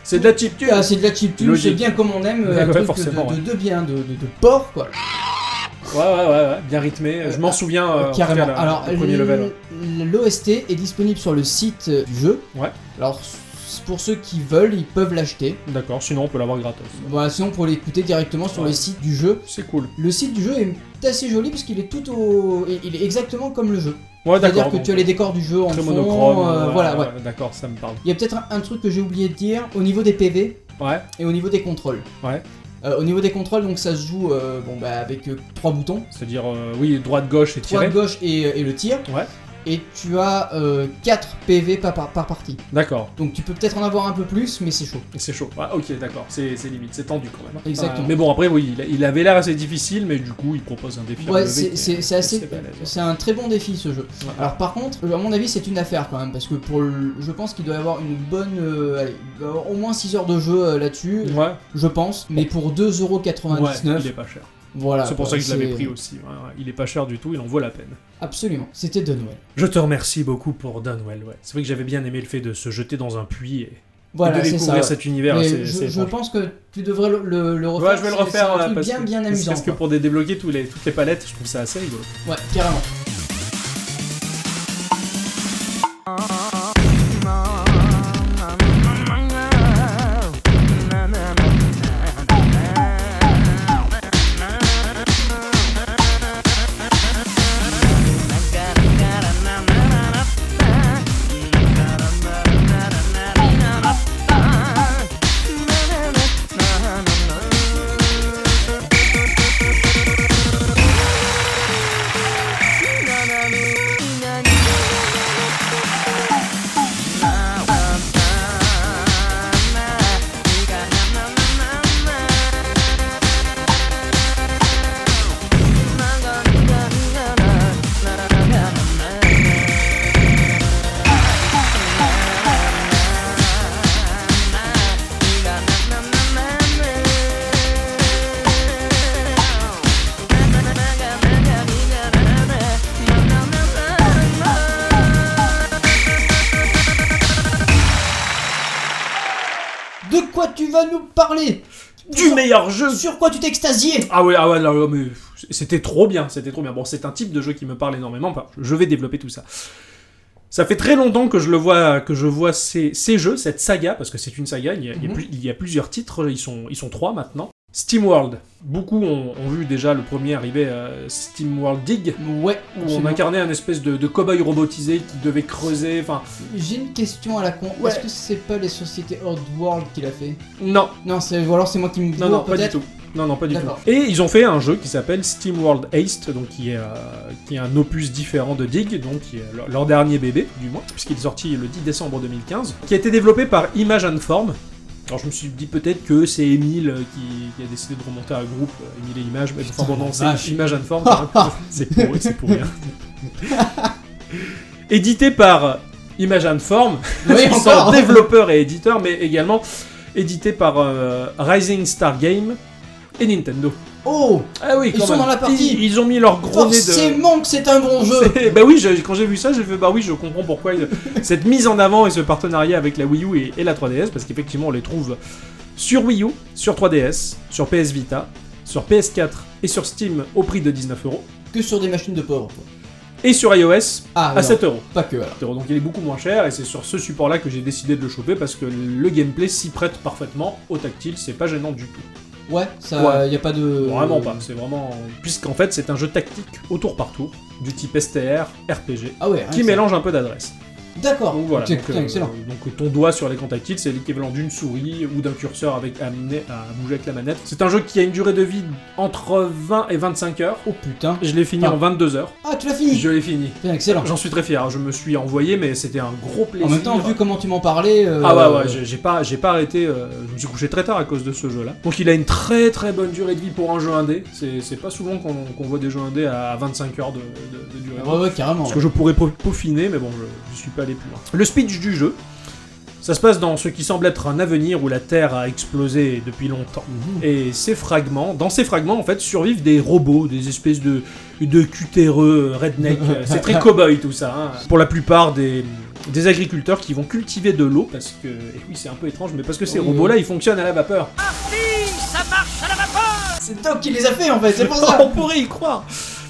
Speaker 5: C'est de la chip
Speaker 4: ah, c'est de la chiptune,
Speaker 5: Logique.
Speaker 4: c'est bien comme on aime,
Speaker 5: (laughs) Ouais,
Speaker 4: euh, un
Speaker 5: ouais,
Speaker 4: truc
Speaker 5: forcément,
Speaker 4: de,
Speaker 5: ouais.
Speaker 4: de, de bien, de, de, de porc quoi.
Speaker 5: Ouais, ouais, ouais, ouais, bien rythmé.
Speaker 4: Euh,
Speaker 5: je m'en
Speaker 4: ah,
Speaker 5: souviens. euh, en tout
Speaker 4: Carrément.
Speaker 5: cas, la-
Speaker 4: alors euh,
Speaker 5: le premier level. ouais.
Speaker 4: l'OST est disponible sur le site euh, du jeu.
Speaker 5: Ouais.
Speaker 4: Alors c- pour ceux qui veulent, ils peuvent l'acheter.
Speaker 5: D'accord, sinon on peut l'avoir gratos.
Speaker 4: Voilà, sinon pour l'écouter directement sur
Speaker 5: Ouais.
Speaker 4: le site du jeu.
Speaker 5: C'est cool.
Speaker 4: Le site du jeu est assez joli parce qu'il est tout au. Il est exactement comme le jeu.
Speaker 5: Ouais,
Speaker 4: C'est-à-dire
Speaker 5: d'accord.
Speaker 4: que
Speaker 5: donc,
Speaker 4: tu as les décors du jeu en
Speaker 5: Très
Speaker 4: fond,
Speaker 5: monochrome.
Speaker 4: euh,
Speaker 5: ouais,
Speaker 4: voilà, ouais.
Speaker 5: ouais, D'accord, ça me parle.
Speaker 4: Il y a peut-être un, un truc que j'ai oublié de dire au niveau des PV
Speaker 5: Ouais,
Speaker 4: et au niveau des contrôles.
Speaker 5: Ouais.
Speaker 4: Euh, au niveau des contrôles, donc ça se joue euh, bon, bah, avec euh, trois boutons
Speaker 5: c'est-à-dire, euh, oui, droite, gauche et
Speaker 4: droite,
Speaker 5: tiré.
Speaker 4: gauche et, et le tir.
Speaker 5: Ouais.
Speaker 4: et tu as euh, 4 PV par, par, par partie.
Speaker 5: D'accord.
Speaker 4: Donc tu peux peut-être en avoir un peu plus, mais c'est chaud.
Speaker 5: C'est chaud. Ah, ok, d'accord. C'est c'est limite, c'est tendu quand même. Euh,
Speaker 4: Exactement.
Speaker 5: mais bon, après, oui, il, a- il avait l'air assez difficile, mais du coup, il propose un défi. à
Speaker 4: Ouais,
Speaker 5: relever
Speaker 4: c'est-
Speaker 5: qui est-
Speaker 4: c'est c'est assez.
Speaker 5: balèze, ouais.
Speaker 4: C'est un très bon défi ce jeu.
Speaker 5: Ouais.
Speaker 4: Alors par contre, à mon avis, c'est une affaire quand même parce que pour le- je pense qu'il doit y avoir une bonne, euh, allez, il doit y avoir au moins 6 heures de jeu euh, là-dessus,
Speaker 5: Ouais,
Speaker 4: je pense. Mais pour 2,99€,
Speaker 5: ouais, il est pas cher.
Speaker 4: voilà.
Speaker 5: c'est pour
Speaker 4: quoi,
Speaker 5: ça que je l'avais
Speaker 4: Bah, c'est-
Speaker 5: pris aussi. ouais, ouais. Il est pas cher du tout, il en vaut la peine.
Speaker 4: Absolument. C'était de Noël.
Speaker 5: Je te remercie beaucoup pour Dunwell. Ouais. C'est vrai que j'avais bien aimé le fait de se jeter dans un puits et, et
Speaker 4: Voilà,
Speaker 5: de
Speaker 4: c'est ça.
Speaker 5: découvrir cet univers.
Speaker 4: Mais
Speaker 5: c'est-
Speaker 4: je,
Speaker 5: c'est
Speaker 4: je
Speaker 5: étrange.
Speaker 4: pense que tu devrais le, le- le refaire.
Speaker 5: Ouais, je vais le
Speaker 4: c'est-
Speaker 5: refaire
Speaker 4: C'est un
Speaker 5: ouais,
Speaker 4: truc
Speaker 5: parce
Speaker 4: bien
Speaker 5: que-
Speaker 4: bien
Speaker 5: parce
Speaker 4: amusant.
Speaker 5: que
Speaker 4: quoi.
Speaker 5: pour dé- débloquer tous les, toutes les palettes, je trouve ça assez rigolo.
Speaker 4: Ouais, carrément. De quoi tu vas nous parler
Speaker 5: Du meilleur jeu
Speaker 4: Sur quoi tu t'es extasié
Speaker 5: Ah ouais, ah ouais, là, là, mais c'était trop bien, c'était trop bien. Bon, c'est un type de jeu qui me parle énormément. Enfin, je vais développer tout ça. Ça fait très longtemps que je le vois, que je vois ces, ces jeux, cette saga, parce que c'est une saga. Il y a, il y a
Speaker 4: Mhm.
Speaker 5: plus- il y a plusieurs titres, ils sont, ils sont trois maintenant. SteamWorld. Beaucoup ont, ont vu déjà le premier arriver, euh, SteamWorld Dig,
Speaker 4: Ouais,
Speaker 5: où on
Speaker 4: absolument.
Speaker 5: incarnait un espèce de, de cow-boy robotisé qui devait creuser. Enfin,
Speaker 4: J'ai une question à la con.
Speaker 5: Ouais.
Speaker 4: Est-ce que c'est pas les sociétés Odd World qui l'a fait
Speaker 5: non,
Speaker 4: Non, c'est ou alors c'est moi qui me gourre,
Speaker 5: Non, non, pas du
Speaker 4: peut-être.
Speaker 5: tout. Non, non, pas du tout.
Speaker 4: D'accord.
Speaker 5: Et ils ont fait un jeu qui s'appelle SteamWorld Heist, donc qui est, euh, qui est un opus différent de Dig, donc qui est leur, leur dernier bébé, du moins, puisqu'il est sorti le 10 décembre 2015, qui a été développé par Image and Form. Alors je me suis dit peut-être que c'est Emile euh, qui, qui a décidé de remonter un groupe, euh, Emile et Image, mais enfin bon, non,
Speaker 4: la vache.
Speaker 5: c'est Image and Form,
Speaker 4: (laughs)
Speaker 5: hein. c'est pour eux, c'est pour rien. (laughs) Édité par Image and Form,
Speaker 4: Oui,
Speaker 5: (laughs) ils sont
Speaker 4: encore.
Speaker 5: développeurs et éditeurs, mais également édité par euh, Rising Star Game et Nintendo.
Speaker 4: Oh,
Speaker 5: Ah oui,
Speaker 4: Ils sont dans la partie.
Speaker 5: Ils, ils ont mis leur gros nez de.
Speaker 4: forcément que c'est un bon jeu.
Speaker 5: (laughs) C'est- bah oui, j'ai- quand j'ai vu ça, j'ai fait bah oui, je comprends
Speaker 4: (laughs)
Speaker 5: pourquoi il- cette mise en avant et ce partenariat avec la Wii U et, et la 3DS, parce qu'effectivement on les trouve sur Wii U, sur 3DS, sur PS Vita, sur PS4 et sur Steam au prix de 19 euros
Speaker 4: Que sur des machines de pauvres. quoi.
Speaker 5: et sur iOS
Speaker 4: Ah,
Speaker 5: à
Speaker 4: non,
Speaker 5: 7 euros.
Speaker 4: pas que alors.
Speaker 5: Donc il est beaucoup moins cher et c'est sur ce support là que j'ai décidé de le choper parce que le gameplay s'y prête parfaitement au tactile, c'est pas gênant du tout.
Speaker 4: Ouais, ça, y a pas de.
Speaker 5: Vraiment pas, c'est vraiment. Puisqu'en fait, c'est un jeu tactique au tour par tour, du type STR, RPG,
Speaker 4: Ah ouais. rien
Speaker 5: qui
Speaker 4: que ça.
Speaker 5: mélange un peu d'adresse.
Speaker 4: D'accord.
Speaker 5: Donc voilà.
Speaker 4: C'est
Speaker 5: donc,
Speaker 4: putain,
Speaker 5: euh,
Speaker 4: excellent.
Speaker 5: donc ton doigt sur l'écran tactile, c'est l'équivalent d'une souris ou d'un curseur avec amené à bouger avec la manette. C'est un jeu qui a une durée de vie entre 20 et 25 heures.
Speaker 4: Oh putain.
Speaker 5: Je l'ai fini
Speaker 4: Ah.
Speaker 5: en 22 heures.
Speaker 4: Ah, tu l'as fini.
Speaker 5: Je l'ai fini.
Speaker 4: Putain, excellent.
Speaker 5: J'en suis très fier. Je me suis envoyé, mais c'était un gros plaisir.
Speaker 4: En même temps, vu comment tu m'en parlais. euh,
Speaker 5: Ah ouais, ouais, j'ai- j'ai pas, j'ai pas arrêté, euh, je me suis couché très tard à cause de ce jeu-là. Donc il a une très très bonne durée de vie pour un jeu indé, c'est c'est pas souvent qu'on qu'on voit des jeux indés à 25 heures de, de- de durée. de vie.
Speaker 4: Ouais, ouais, carrément.
Speaker 5: Parce que je pourrais peau- peaufiner, mais bon, je, je suis pas allé plus loin. Le speech du jeu, ça se passe dans ce qui semble être un avenir où la Terre a explosé depuis longtemps.
Speaker 4: Mhm.
Speaker 5: Et ces fragments, dans ces fragments, en fait, survivent des robots, des espèces de, de cutéreux, redneck. euh, C'est très cow-boy tout ça. hein. Pour la plupart des, des agriculteurs qui vont cultiver de l'eau, parce que, et oui, c'est un peu étrange, mais parce que ces
Speaker 4: Oui, oui.
Speaker 5: robots-là, ils fonctionnent à la vapeur.
Speaker 4: C'est Doc qui les a fait en fait, c'est pour ça.
Speaker 5: (laughs) On pourrait y croire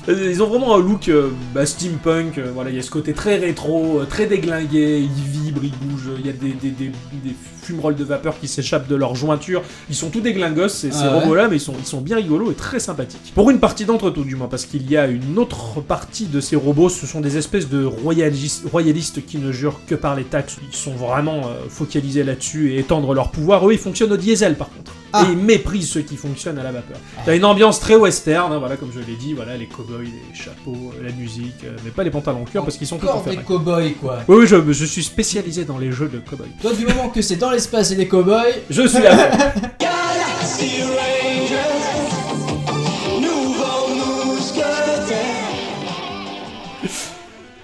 Speaker 5: Euh, Ils ont vraiment un look euh, bah, steampunk, euh, voilà, il y a ce côté très rétro, euh, très déglingué, ils vibrent, ils bougent, il y a des, des, des- des fumerolles de vapeur qui s'échappent de leurs jointures, ils sont tout déglingos ces, ces
Speaker 4: Ah ouais.
Speaker 5: robots-là, mais ils sont, ils sont bien rigolos et très sympathiques. Pour une partie d'entre eux tout du moins, parce qu'il y a une autre partie de ces robots, ce sont des espèces de royalis- royalistes qui ne jurent que par les taxes, ils sont vraiment euh, focalisés là-dessus et étendre leur pouvoir, eux ils fonctionnent au diesel par contre.
Speaker 4: Ah.
Speaker 5: et il méprise ceux qui fonctionnent à la vapeur. T'as une ambiance très western, hein, voilà, comme je l'ai dit, voilà, les cowboys, les chapeaux, euh, la musique, euh, mais pas les pantalons en cuir parce qu'ils sont tout en
Speaker 4: Encore
Speaker 5: fait. hein.
Speaker 4: des cow-boys quoi.
Speaker 5: Oui, oui, je, je suis spécialisé dans les jeux de cowboys.
Speaker 4: Toi, du moment que c'est dans l'espace et des cow-boys,
Speaker 5: Je suis là.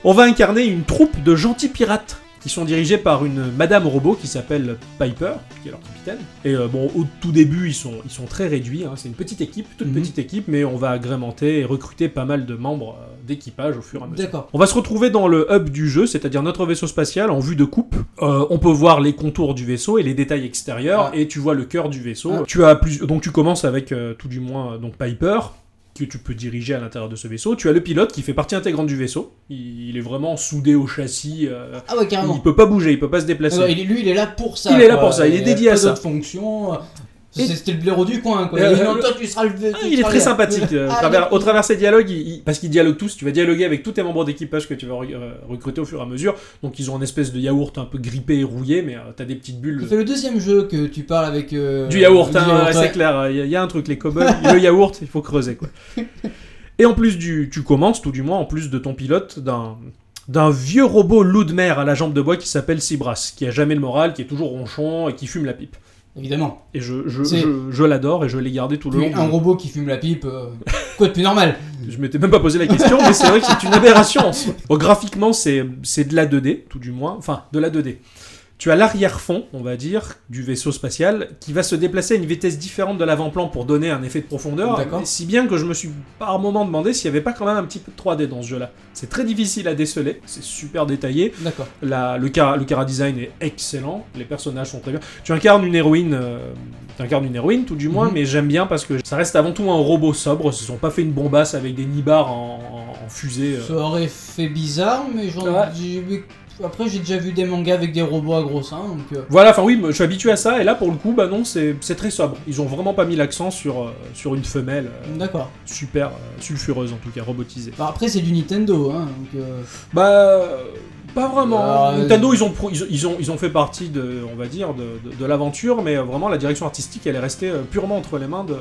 Speaker 5: On va incarner une troupe de gentils pirates qui sont dirigés par une madame robot qui s'appelle Piper, qui est leur capitaine. Et euh, bon, au tout début, ils sont, ils sont très réduits. hein. C'est une petite équipe, toute
Speaker 4: Mhm.
Speaker 5: petite équipe, mais on va agrémenter et recruter pas mal de membres euh, d'équipage au fur et à mesure.
Speaker 4: d'accord.
Speaker 5: On va se retrouver dans le hub du jeu, c'est-à-dire notre vaisseau spatial en vue de coupe. Euh, on peut voir les contours du vaisseau et les détails extérieurs,
Speaker 4: Ah.
Speaker 5: et tu vois le cœur du vaisseau.
Speaker 4: Ah.
Speaker 5: Tu as plus... Donc tu commences avec euh, tout du moins euh, donc Piper que tu peux diriger à l'intérieur de ce vaisseau. Tu as le pilote qui fait partie intégrante du vaisseau. Il, il est vraiment soudé au châssis. euh,
Speaker 4: Ah ouais, carrément.
Speaker 5: il peut pas bouger, il peut pas se
Speaker 4: Ah
Speaker 5: déplacer.
Speaker 4: ouais, il est- lui, il est là pour ça.
Speaker 5: Il est là
Speaker 4: quoi.
Speaker 5: pour ça, il est
Speaker 4: a
Speaker 5: dédié à
Speaker 4: pas
Speaker 5: ça.
Speaker 4: d'autres fonctions.
Speaker 5: Et-
Speaker 4: C'était le blaireau du coin quoi.
Speaker 5: Euh,
Speaker 4: Il dit, non,
Speaker 5: le-
Speaker 4: toi, tu seras le.
Speaker 5: Ah,
Speaker 4: tu
Speaker 5: il est
Speaker 4: seras
Speaker 5: très
Speaker 4: le-
Speaker 5: sympathique. euh,
Speaker 4: Ah,
Speaker 5: au, travers,
Speaker 4: d'accord.
Speaker 5: au travers ses dialogues, il- il- parce qu'ils dialoguent tous, tu vas dialoguer avec tous tes membres d'équipage que tu vas re- euh, recruter au fur et à mesure. Donc ils ont une espèce de yaourt un peu grippé et rouillé, mais tu t'as des petites bulles.
Speaker 4: Ça fait le deuxième jeu que tu parles avec. euh,
Speaker 5: Du yaourt,
Speaker 4: du
Speaker 5: hein,
Speaker 4: yaourt,
Speaker 5: c'est
Speaker 4: ouais.
Speaker 5: clair. Il y, a- il y a un truc, les cowboys, (laughs) le yaourt, il faut creuser. Quoi. Et en plus, du, tu commences, tout du moins, en plus de ton pilote, d'un d'un vieux robot loup de mer à la jambe de bois qui s'appelle Cibras, qui a jamais le moral, qui est toujours ronchon et qui fume la pipe.
Speaker 4: Évidemment.
Speaker 5: Et je, je,
Speaker 4: C'est-
Speaker 5: je, je l'adore et je l'ai gardé tout le long.
Speaker 4: Puis
Speaker 5: du
Speaker 4: un
Speaker 5: jeu.
Speaker 4: robot qui fume la pipe,
Speaker 5: (laughs)
Speaker 4: euh, quoi de plus normal
Speaker 5: Je m'étais même pas posé la question, mais c'est vrai que c'est une aberration. en soi. Bon, graphiquement, c'est c'est de la 2D, tout du moins. Enfin, de la 2D. Tu as l'arrière-fond, on va dire, du vaisseau spatial, qui va se déplacer à une vitesse différente de l'avant-plan pour donner un effet de profondeur.
Speaker 4: D'accord.
Speaker 5: Mais Si bien que je me suis par moment demandé s'il n'y avait pas quand même un petit peu de 3D dans ce jeu-là. C'est très difficile à déceler, c'est super détaillé.
Speaker 4: D'accord.
Speaker 5: La- le chara, le chara design est excellent, les personnages sont très bien. Tu incarnes une héroïne, euh, tu incarnes une héroïne tout du moins,
Speaker 4: Mhm.
Speaker 5: mais j'aime bien parce que ça reste avant tout un robot sobre. Ils se sont pas fait une bombasse avec des nibars en, en- en fusée. euh.
Speaker 4: Ça aurait fait bizarre, mais j'en.
Speaker 5: Ouais.
Speaker 4: j'ai- mais Après, j'ai déjà vu des mangas avec des robots à gros seins, donc. euh,
Speaker 5: Voilà, enfin oui, moi, je suis habitué à ça et là pour le coup, bah non, c'est c'est très sobre. Ils ont vraiment pas mis l'accent sur euh, sur une femelle euh,
Speaker 4: D'accord.
Speaker 5: super euh, sulfureuse en tout cas robotisée.
Speaker 4: Bah, après, c'est du Nintendo, hein, donc. euh,
Speaker 5: Bah euh, pas vraiment.
Speaker 4: Ah, euh,
Speaker 5: Nintendo ils ont, pro- ils, ont- ils ont ils ont fait partie de on va dire de, de- de l'aventure, mais euh, vraiment la direction artistique elle est restée euh, purement entre les mains de-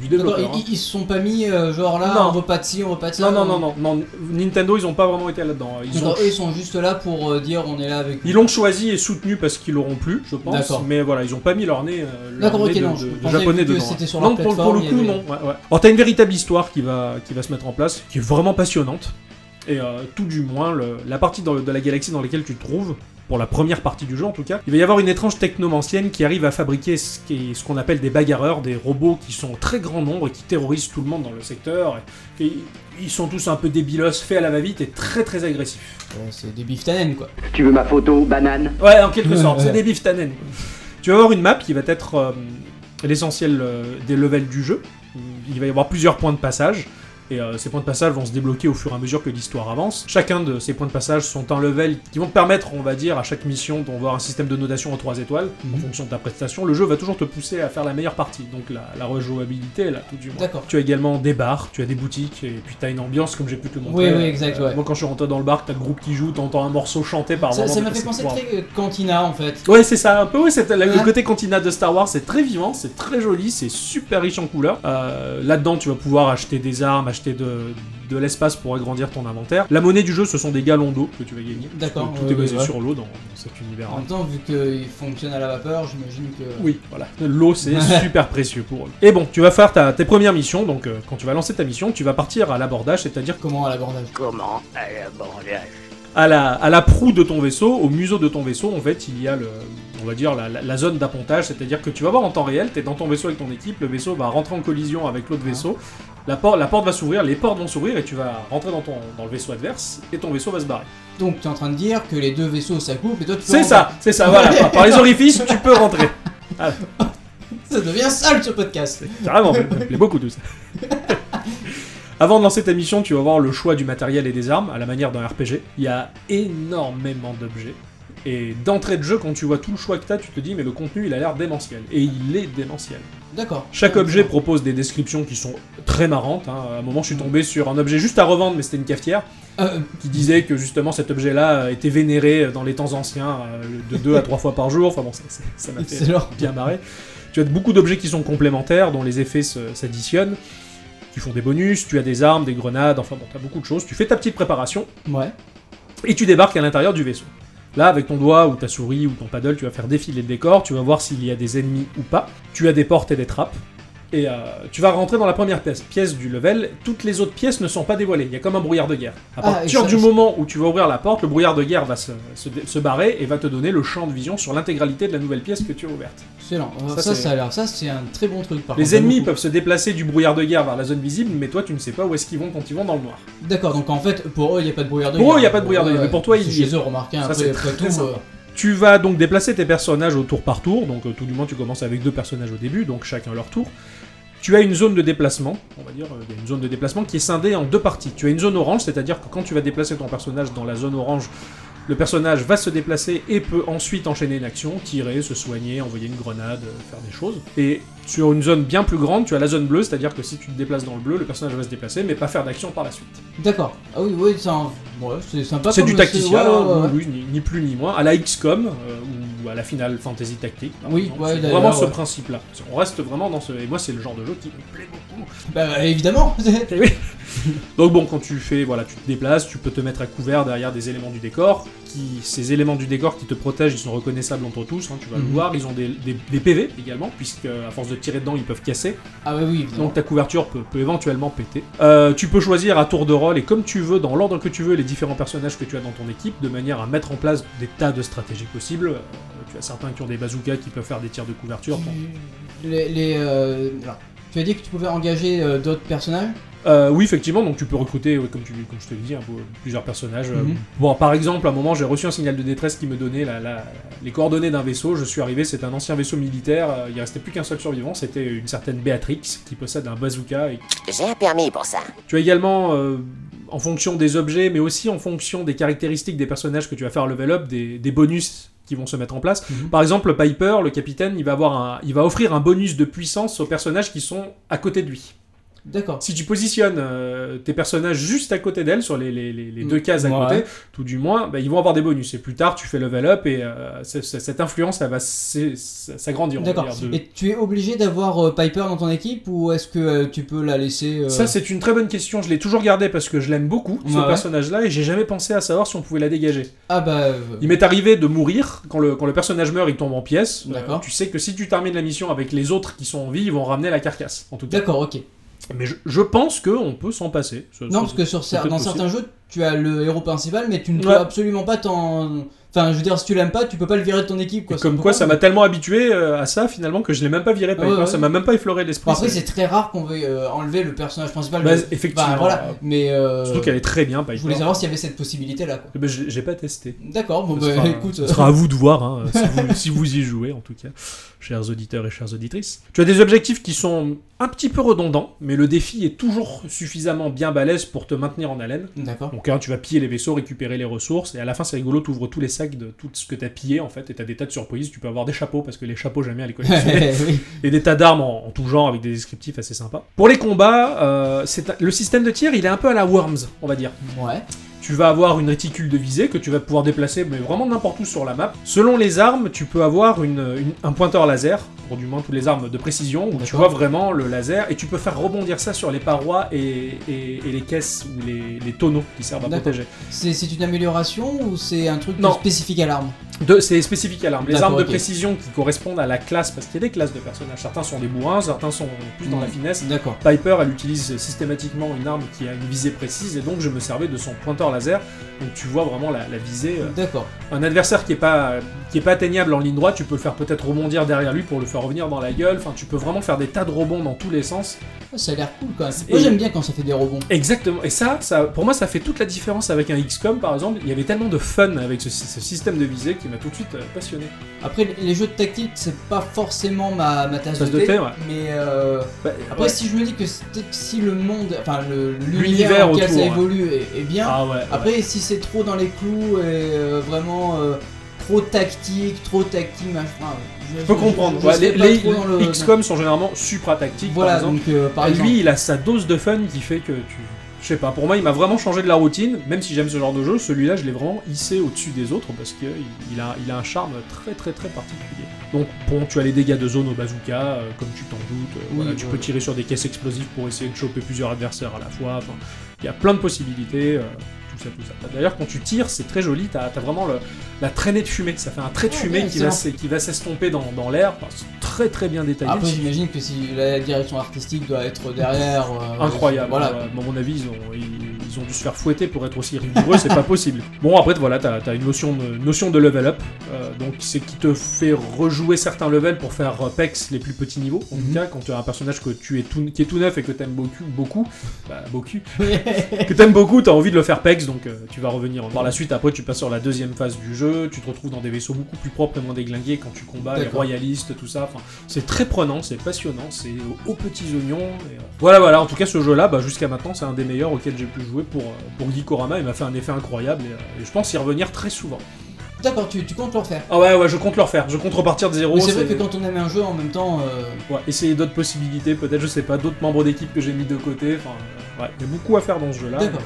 Speaker 5: du
Speaker 4: D'accord,
Speaker 5: développeur. hein.
Speaker 4: ils, ils se sont pas mis euh, genre là,
Speaker 5: Non.
Speaker 4: on repas de ci, on repas de ça.
Speaker 5: Non, non, non, non, non, Nintendo, ils ont pas vraiment été là-dedans. Ils, ont-
Speaker 4: D'accord, eux, ils sont juste là pour euh, dire on est là avec.
Speaker 5: ils l'ont choisi et soutenu parce qu'ils l'auront plu, je pense.
Speaker 4: D'accord.
Speaker 5: Mais voilà, ils ont pas mis leur nez, euh, leur
Speaker 4: D'accord,
Speaker 5: nez
Speaker 4: ok,
Speaker 5: de,
Speaker 4: non,
Speaker 5: de-
Speaker 4: je
Speaker 5: de
Speaker 4: pensais
Speaker 5: japonais
Speaker 4: que
Speaker 5: dedans.
Speaker 4: c'était
Speaker 5: hein.
Speaker 4: sur leur
Speaker 5: non, pour, pour le coup,
Speaker 4: plateforme, il y
Speaker 5: non. Ouais, ouais. Alors, t'as une véritable histoire qui va, qui va se mettre en place, qui est vraiment passionnante. Et euh, tout du moins, le- la partie dans- de la galaxie dans laquelle tu te trouves, pour la première partie du jeu en tout cas, il va y avoir une étrange technomancienne qui arrive à fabriquer ce qui est- ce qu'on appelle des bagarreurs, des robots qui sont en très grand nombre et qui terrorisent tout le monde dans le secteur. Et, et ils sont tous un peu débilos, faits à la va-vite et très très agressifs.
Speaker 4: Ouais, Euh, c'est des biftanen quoi.
Speaker 6: Tu veux ma photo, banane
Speaker 5: Ouais, en quelque
Speaker 4: Ouais,
Speaker 5: sorte,
Speaker 4: ouais.
Speaker 5: c'est des biftanen. Tu vas avoir une map qui va être euh, l'essentiel euh, des levels du jeu. Il va y avoir plusieurs points de passage. Et euh, ces points de passage vont se débloquer au fur et à mesure que l'histoire avance. Chacun de ces points de passage sont un level qui vont te permettre, on va dire, à chaque mission d'avoir un système de notation en 3 étoiles. En
Speaker 4: Mhm.
Speaker 5: fonction de ta prestation, le jeu va toujours te pousser à faire la meilleure partie. Donc la, la rejouabilité, là, tout du moins.
Speaker 4: D'accord.
Speaker 5: Tu as également des bars, tu as des boutiques, et puis tu as une ambiance comme j'ai pu te le montrer. Euh,
Speaker 4: Oui, oui, exact, ouais.
Speaker 5: Moi, quand je suis rentré dans le bar, t'as le groupe qui joue, t'entends un morceau chanté par
Speaker 4: Ça
Speaker 5: moment,
Speaker 4: ça m'a
Speaker 5: donc
Speaker 4: fait
Speaker 5: c'est-
Speaker 4: penser
Speaker 5: Waouh.
Speaker 4: très euh, cantina en fait.
Speaker 5: Ouais, c'est ça, un peu. Ouais, c'est- le
Speaker 4: Ouais.
Speaker 5: côté cantina de Star Wars, c'est très vivant, c'est très joli, c'est super riche en couleurs. Euh, Là-dedans, tu vas pouvoir acheter des armes, acheter de, de l'espace pour agrandir ton inventaire. La monnaie du jeu, ce sont des gallons d'eau que tu vas gagner.
Speaker 4: D'accord,
Speaker 5: Parce que Tout
Speaker 4: ouais,
Speaker 5: est basé
Speaker 4: ouais, ouais.
Speaker 5: sur l'eau dans cet univers.
Speaker 4: En même temps, vu qu'ils fonctionnent à la vapeur, j'imagine que.
Speaker 5: Oui, voilà. L'eau, c'est
Speaker 4: (laughs)
Speaker 5: super précieux pour eux. Et bon, tu vas faire ta, tes premières missions. Donc, euh, quand tu vas lancer ta mission, tu vas partir à l'abordage, c'est-à-dire
Speaker 4: Comment à l'abordage
Speaker 6: Comment à l'abordage
Speaker 5: à la, à la proue de ton vaisseau, au museau de ton vaisseau, en fait, il y a le, on va dire la, la- la zone d'appontage, c'est-à-dire que tu vas voir en temps réel, t'es dans ton vaisseau avec ton équipe, le vaisseau va rentrer en collision avec l'autre vaisseau, la, por- la porte va s'ouvrir, les portes vont s'ouvrir et tu vas rentrer dans, ton, dans le vaisseau adverse et ton vaisseau va se barrer.
Speaker 4: Donc tu es en train de dire que les deux vaisseaux ça coupe et toi tu peux
Speaker 5: C'est
Speaker 4: rentrer.
Speaker 5: ça, c'est ça, voilà, par, par les orifices, tu peux rentrer.
Speaker 4: Ça devient sale ce podcast
Speaker 5: Carrément, ça me plaît beaucoup tout ça. (laughs) Avant de lancer ta mission, tu vas voir le choix du matériel et des armes à la manière d'un RPG. Il y a énormément d'objets. Et d'entrée de jeu, quand tu vois tout le choix que t'as, tu te dis, mais le contenu, il a l'air démentiel. Et il est démentiel.
Speaker 4: D'accord. Euh,
Speaker 5: Chaque
Speaker 4: Ouais,
Speaker 5: objet
Speaker 4: d'accord.
Speaker 5: propose des descriptions qui sont très marrantes. hein. À un moment, je suis tombé sur un objet juste à revendre, mais c'était une cafetière,
Speaker 4: Euh,
Speaker 5: qui disait que justement cet objet-là euh, était vénéré dans les temps anciens euh, de 2 à 3 fois par jour. Enfin bon, ça- ça ça m'a fait
Speaker 4: excellent.
Speaker 5: bien marré. Tu as beaucoup d'objets qui sont complémentaires, dont les effets se- s'additionnent. Tu font des bonus, tu as des armes, des grenades, enfin bon, t'as beaucoup de choses. Tu fais ta petite préparation
Speaker 4: Ouais.
Speaker 5: et tu débarques à l'intérieur du vaisseau. Là, avec ton doigt ou ta souris ou ton paddle, tu vas faire défiler le décor, tu vas voir s'il y a des ennemis ou pas. Tu as des portes et des trappes. Et euh, tu vas rentrer dans la première pièce, pièce du level. Toutes les autres pièces ne sont pas dévoilées. Il y a comme un brouillard de guerre. À
Speaker 4: Ah,
Speaker 5: partir
Speaker 4: et ça-
Speaker 5: du moment où tu vas ouvrir la porte, le brouillard de guerre va se- se dé- se barrer et va te donner le champ de vision sur l'intégralité de la nouvelle pièce que tu as ouverte.
Speaker 4: Excellent. Euh,
Speaker 5: Ça,
Speaker 4: Ça, ça,
Speaker 5: c'est-
Speaker 4: a l'air. Ça, c'est un très bon truc par contre. hein,
Speaker 5: Les ennemis
Speaker 4: J'aime
Speaker 5: peuvent se déplacer du brouillard de guerre vers la zone visible, mais toi tu ne sais pas où est-ce qu'ils vont quand ils vont dans le noir.
Speaker 4: beaucoup. D'accord, donc en fait, pour eux, il n'y a pas de brouillard de
Speaker 5: Pour eux, il y a pas de brouillard de
Speaker 4: Ouais,
Speaker 5: guerre, mais pour toi,
Speaker 4: c'est
Speaker 5: il y
Speaker 4: chez
Speaker 5: est.
Speaker 4: eux, remarquez,
Speaker 5: Ça,
Speaker 4: après,
Speaker 5: c'est
Speaker 4: après
Speaker 5: très
Speaker 4: tout.
Speaker 5: sympa.
Speaker 4: euh,
Speaker 5: Tu vas donc déplacer tes personnages au tour par tour, donc euh, tout du moins tu commences avec deux personnages au début, donc chacun leur tour. Tu as une zone de déplacement, on va dire, euh, il y a une zone de déplacement qui est scindée en deux parties. Tu as une zone orange, c'est-à-dire que quand tu vas déplacer ton personnage dans la zone orange, le personnage va se déplacer et peut ensuite enchaîner une action, tirer, se soigner, envoyer une grenade, euh, faire des choses. Et sur une zone bien plus grande, tu as la zone bleue, c'est-à-dire que si tu te déplaces dans le bleu, le personnage va se déplacer mais pas faire d'action par la suite. D'accord.
Speaker 4: Ah oui, oui, c'est un- ouais, c'est sympa.
Speaker 5: C'est
Speaker 4: comme-
Speaker 5: du tacticien, hein.
Speaker 4: ouais, ouais, ouais.
Speaker 5: oui, ni, ni plus ni moins, à la XCOM euh, ou à la Final Fantasy Tactique. par
Speaker 4: Ah Oui,
Speaker 5: exemple.
Speaker 4: ouais,
Speaker 5: C'est
Speaker 4: d'ailleurs,
Speaker 5: vraiment ce
Speaker 4: ouais.
Speaker 5: principe-là. On reste vraiment dans ce. Et moi, c'est le genre de jeu qui me plaît beaucoup.
Speaker 4: Bah, évidemment. (laughs)
Speaker 5: Donc bon, quand tu fais, voilà, tu te déplaces, tu peux te mettre à couvert derrière des éléments du décor. Qui, ces éléments du décor qui te protègent, ils sont reconnaissables entre tous. hein, tu vas le
Speaker 4: Mhm.
Speaker 5: voir. Ils ont des, des- des PV également, puisque à force de tirer dedans, ils peuvent casser.
Speaker 4: ah oui, oui, évidemment.
Speaker 5: Donc ta couverture peut, peut éventuellement péter. Euh, tu peux choisir à tour de rôle et comme tu veux, dans l'ordre que tu veux, les différents personnages que tu as dans ton équipe, de manière à mettre en place des tas de stratégies possibles. Euh, tu as certains qui ont des bazookas qui peuvent faire des tirs de couverture.
Speaker 4: Les, les, euh, alors, tu as dit que tu pouvais engager euh, d'autres personnages
Speaker 5: Euh, oui, effectivement, donc tu peux recruter, ouais, comme, tu, comme je te le dis, un peu, plusieurs personnages. Euh,
Speaker 4: Mhm.
Speaker 5: Bon, par exemple, à un moment, j'ai reçu un signal de détresse qui me donnait la- la- les coordonnées d'un vaisseau. Je suis arrivé, c'était un ancien vaisseau militaire. euh, Il restait plus qu'un seul survivant, c'était une certaine Béatrix qui possède un bazooka et
Speaker 7: J'ai un permis pour ça.
Speaker 5: Tu as également, euh, en fonction des objets, mais aussi en fonction des caractéristiques des personnages que tu vas faire level up, des, des bonus qui vont se mettre en place.
Speaker 4: Mhm.
Speaker 5: Par exemple, Piper, le capitaine, il va, avoir un- il va offrir un bonus de puissance aux personnages qui sont à côté de lui.
Speaker 4: D'accord.
Speaker 5: Si tu positionnes euh, tes personnages juste à côté d'elle, sur les, les- les- les
Speaker 4: Mm.
Speaker 5: deux cases à
Speaker 4: Ouais.
Speaker 5: côté, tout du moins, bah, ils vont avoir des bonus. Et plus tard, tu fais level up et euh, c'est- c'est- cette influence, elle va s'é- s'agrandir. on va
Speaker 4: D'accord.
Speaker 5: dire, de-
Speaker 4: Et tu es obligé d'avoir euh, Piper dans ton équipe ou est-ce que euh, tu peux la laisser euh,
Speaker 5: Ça, c'est une très bonne question. Je l'ai toujours gardée parce que je l'aime beaucoup, ce
Speaker 4: Ouais.
Speaker 5: personnage-là, et j'ai jamais pensé à savoir si on pouvait la dégager.
Speaker 4: Ah bah. euh,
Speaker 5: Il m'est arrivé de mourir quand le, quand le personnage meurt, il tombe en pièces. Euh,
Speaker 4: D'accord.
Speaker 5: tu sais que si tu termines la mission avec les autres qui sont en vie, ils vont ramener la carcasse, en tout cas.
Speaker 4: D'accord, ok.
Speaker 5: Mais je, je pense qu'on peut s'en passer. Ce-
Speaker 4: Non,
Speaker 5: ce-
Speaker 4: parce que sur cer-
Speaker 5: peut-être
Speaker 4: dans
Speaker 5: possible.
Speaker 4: certains jeux, tu as le héros principal, mais tu ne peux
Speaker 5: Ouais.
Speaker 4: absolument pas t'en. Enfin, je veux dire, si tu l'aimes pas, tu peux pas le virer de ton équipe.
Speaker 5: Et
Speaker 4: Quoi.
Speaker 5: comme
Speaker 4: C'est
Speaker 5: quoi,
Speaker 4: un peu
Speaker 5: ça
Speaker 4: con,
Speaker 5: m'a tellement habitué euh, à ça finalement que je l'ai même pas viré.
Speaker 4: Ah ouais,
Speaker 5: Piper,
Speaker 4: ouais.
Speaker 5: Ça m'a même pas effleuré l'esprit.
Speaker 4: Bon, après,
Speaker 5: ça.
Speaker 4: c'est très rare qu'on veuille euh, enlever le personnage principal.
Speaker 5: Bah,
Speaker 4: de-
Speaker 5: effectivement.
Speaker 4: Bah, voilà. Mais. euh,
Speaker 5: Surtout qu'elle est très
Speaker 4: Je
Speaker 5: bien,
Speaker 4: voulais
Speaker 5: Piper.
Speaker 4: savoir s'il y avait cette possibilité-là. quoi.
Speaker 5: Mais je- ben, J'ai pas testé.
Speaker 4: D'accord, bon
Speaker 5: Ce
Speaker 4: bah
Speaker 5: sera-
Speaker 4: écoute.
Speaker 5: ce
Speaker 4: euh,
Speaker 5: sera à vous de voir, hein, si,
Speaker 4: (laughs)
Speaker 5: vous, si vous y jouez en tout cas, chers auditeurs et chères auditrices. Tu as des objectifs qui sont un petit peu redondants, mais le défi est toujours suffisamment bien balèze pour te maintenir en haleine.
Speaker 4: euh,
Speaker 5: (laughs)
Speaker 4: D'accord.
Speaker 5: Donc hein, tu vas piller les vaisseaux, récupérer les ressources, et à la fin c'est rigolo, t'ouvres tous les sacs de tout ce que t'as pillé en fait, et t'as des tas de surprises, tu peux avoir des chapeaux, parce que les chapeaux jamais à les collectionner,
Speaker 4: (laughs) Oui.
Speaker 5: et des tas d'armes en, en tout genre avec des descriptifs assez sympas. Pour les combats, euh, c'est un- le système de tir il est un peu à la Worms, on va dire.
Speaker 4: Ouais.
Speaker 5: Tu vas avoir une réticule de visée que tu vas pouvoir déplacer mais vraiment n'importe où sur la map. Selon les armes, tu peux avoir une, une- un pointeur laser, pour du moins toutes les armes de précision, où tu
Speaker 4: D'accord.
Speaker 5: vois vraiment le laser et tu peux faire rebondir ça sur les parois et, et- et les caisses ou les, les tonneaux qui servent à
Speaker 4: D'accord.
Speaker 5: protéger.
Speaker 4: C'est c'est une amélioration ou c'est un truc
Speaker 5: Non.
Speaker 4: spécifique à l'arme
Speaker 5: Deux, C'est spécifique à l'arme. Les
Speaker 4: D'accord,
Speaker 5: armes de
Speaker 4: ok.
Speaker 5: précision qui correspondent à la classe, parce qu'il y a des classes de personnages. Certains sont des bourrins, certains sont plus dans la
Speaker 4: Mm.
Speaker 5: finesse.
Speaker 4: D'accord.
Speaker 5: Piper, elle utilise systématiquement une arme qui a une visée précise, et donc je me servais de son pointeur laser. Donc tu vois vraiment la, la visée. euh,
Speaker 4: D'accord.
Speaker 5: un adversaire qui est pas qui est pas atteignable en ligne droite, tu peux le faire peut-être rebondir derrière lui pour le faire revenir dans la gueule. Enfin, tu peux vraiment faire des tas de rebonds dans tous les sens.
Speaker 4: Ah, Ça a l'air cool quand même.
Speaker 5: C'est-
Speaker 4: Moi j'aime bien quand ça fait des rebonds.
Speaker 5: Exactement. Et ça, ça pour moi, ça fait toute la différence avec un XCOM par exemple. Il y avait tellement de fun avec ce, ce système de visée qui m'a tout de suite euh, passionné.
Speaker 4: Après les jeux de tactique c'est pas forcément ma, ma tasse,
Speaker 5: Tasse de thé, ouais.
Speaker 4: Mais euh,
Speaker 5: Bah,
Speaker 4: après
Speaker 5: ouais.
Speaker 4: si je me dis que c'est- peut-être si le monde, enfin le-
Speaker 5: L'univers
Speaker 4: l'univers dans lequel
Speaker 5: autour,
Speaker 4: ça
Speaker 5: ouais.
Speaker 4: évolue est, est bien.
Speaker 5: ah ouais. ouais.
Speaker 4: Après si c'est trop dans les clous et euh, vraiment euh, trop tactique, trop tactique, machin. Enfin, je,
Speaker 5: Je peux comprendre.
Speaker 4: je
Speaker 5: Ouais,
Speaker 4: serais
Speaker 5: les
Speaker 4: pas
Speaker 5: les
Speaker 4: trop dans le-
Speaker 5: XCOM sont généralement supra tactiques.
Speaker 4: Voilà,
Speaker 5: par exemple.
Speaker 4: donc euh, par
Speaker 5: Et
Speaker 4: exemple.
Speaker 5: lui, il a sa dose de fun qui fait que tu. Je sais pas, pour moi, il m'a vraiment changé de la routine, même si j'aime ce genre de jeu, celui-là, je l'ai vraiment hissé au-dessus des autres parce qu'il il a, il a un charme très très très particulier. Donc, bon, tu as les dégâts de zone au bazooka, euh, comme tu t'en doutes, euh,
Speaker 4: Oui,
Speaker 5: voilà, tu
Speaker 4: ouais.
Speaker 5: peux tirer sur des caisses explosives pour essayer de choper plusieurs adversaires à la fois, enfin, il y a plein de possibilités, euh, tout ça, tout ça. D'ailleurs, quand tu tires, c'est très joli, t'as as vraiment le, la traînée de fumée, ça fait un trait de
Speaker 4: Ouais,
Speaker 5: fumée
Speaker 4: ouais,
Speaker 5: qui,
Speaker 4: Ah,
Speaker 5: va,
Speaker 4: excellent.
Speaker 5: s'est- qui va s'estomper dans, dans l'air, Enfin, c'est très très bien détaillé.
Speaker 4: Après, j'imagine que si la direction artistique doit être derrière. euh,
Speaker 5: Incroyable.
Speaker 4: Voilà.
Speaker 5: Euh, à mon avis, ils ont, ils, ils ont dû se faire fouetter pour être aussi rigoureux, c'est pas (laughs) possible. Bon, après, voilà, t'as as une notion de, notion de level up, euh, donc c'est qui te fait rejouer certains levels pour faire euh, pex les plus petits niveaux. En tout
Speaker 4: Mhm.
Speaker 5: cas, quand tu as un personnage que tu es tout, qui est tout neuf et que t'aimes beaucoup, beaucoup, bah, beaucoup,
Speaker 4: (laughs)
Speaker 5: que t'aimes beaucoup, t'as envie de le faire pex, donc euh, tu vas revenir. Par la suite, après, tu passes sur la deuxième phase du jeu, tu te retrouves dans des vaisseaux beaucoup plus propres et moins déglingués quand tu combats les
Speaker 4: D'accord.
Speaker 5: royalistes, tout ça. Enfin, c'est très prenant, c'est passionnant, c'est aux petits oignons. et, euh, Voilà, voilà. En tout cas, ce jeu-là, bah, jusqu'à maintenant, c'est un des meilleurs auxquels j'ai pu jouer pour euh, pour Gikorama. Il m'a fait un effet incroyable et, euh, et je pense y revenir très souvent.
Speaker 4: D'accord, tu, tu comptes le refaire.
Speaker 5: Ah ouais, ouais, je compte le refaire. Je compte repartir de zéro.
Speaker 4: Mais c'est vrai que
Speaker 5: c'est-
Speaker 4: quand on aime un jeu en même temps. euh,
Speaker 5: Ouais, essayer d'autres possibilités, peut-être, je sais pas, d'autres membres d'équipe que j'ai mis de côté. Enfin, euh, ouais, il y a beaucoup à faire dans ce jeu-là.
Speaker 4: D'accord.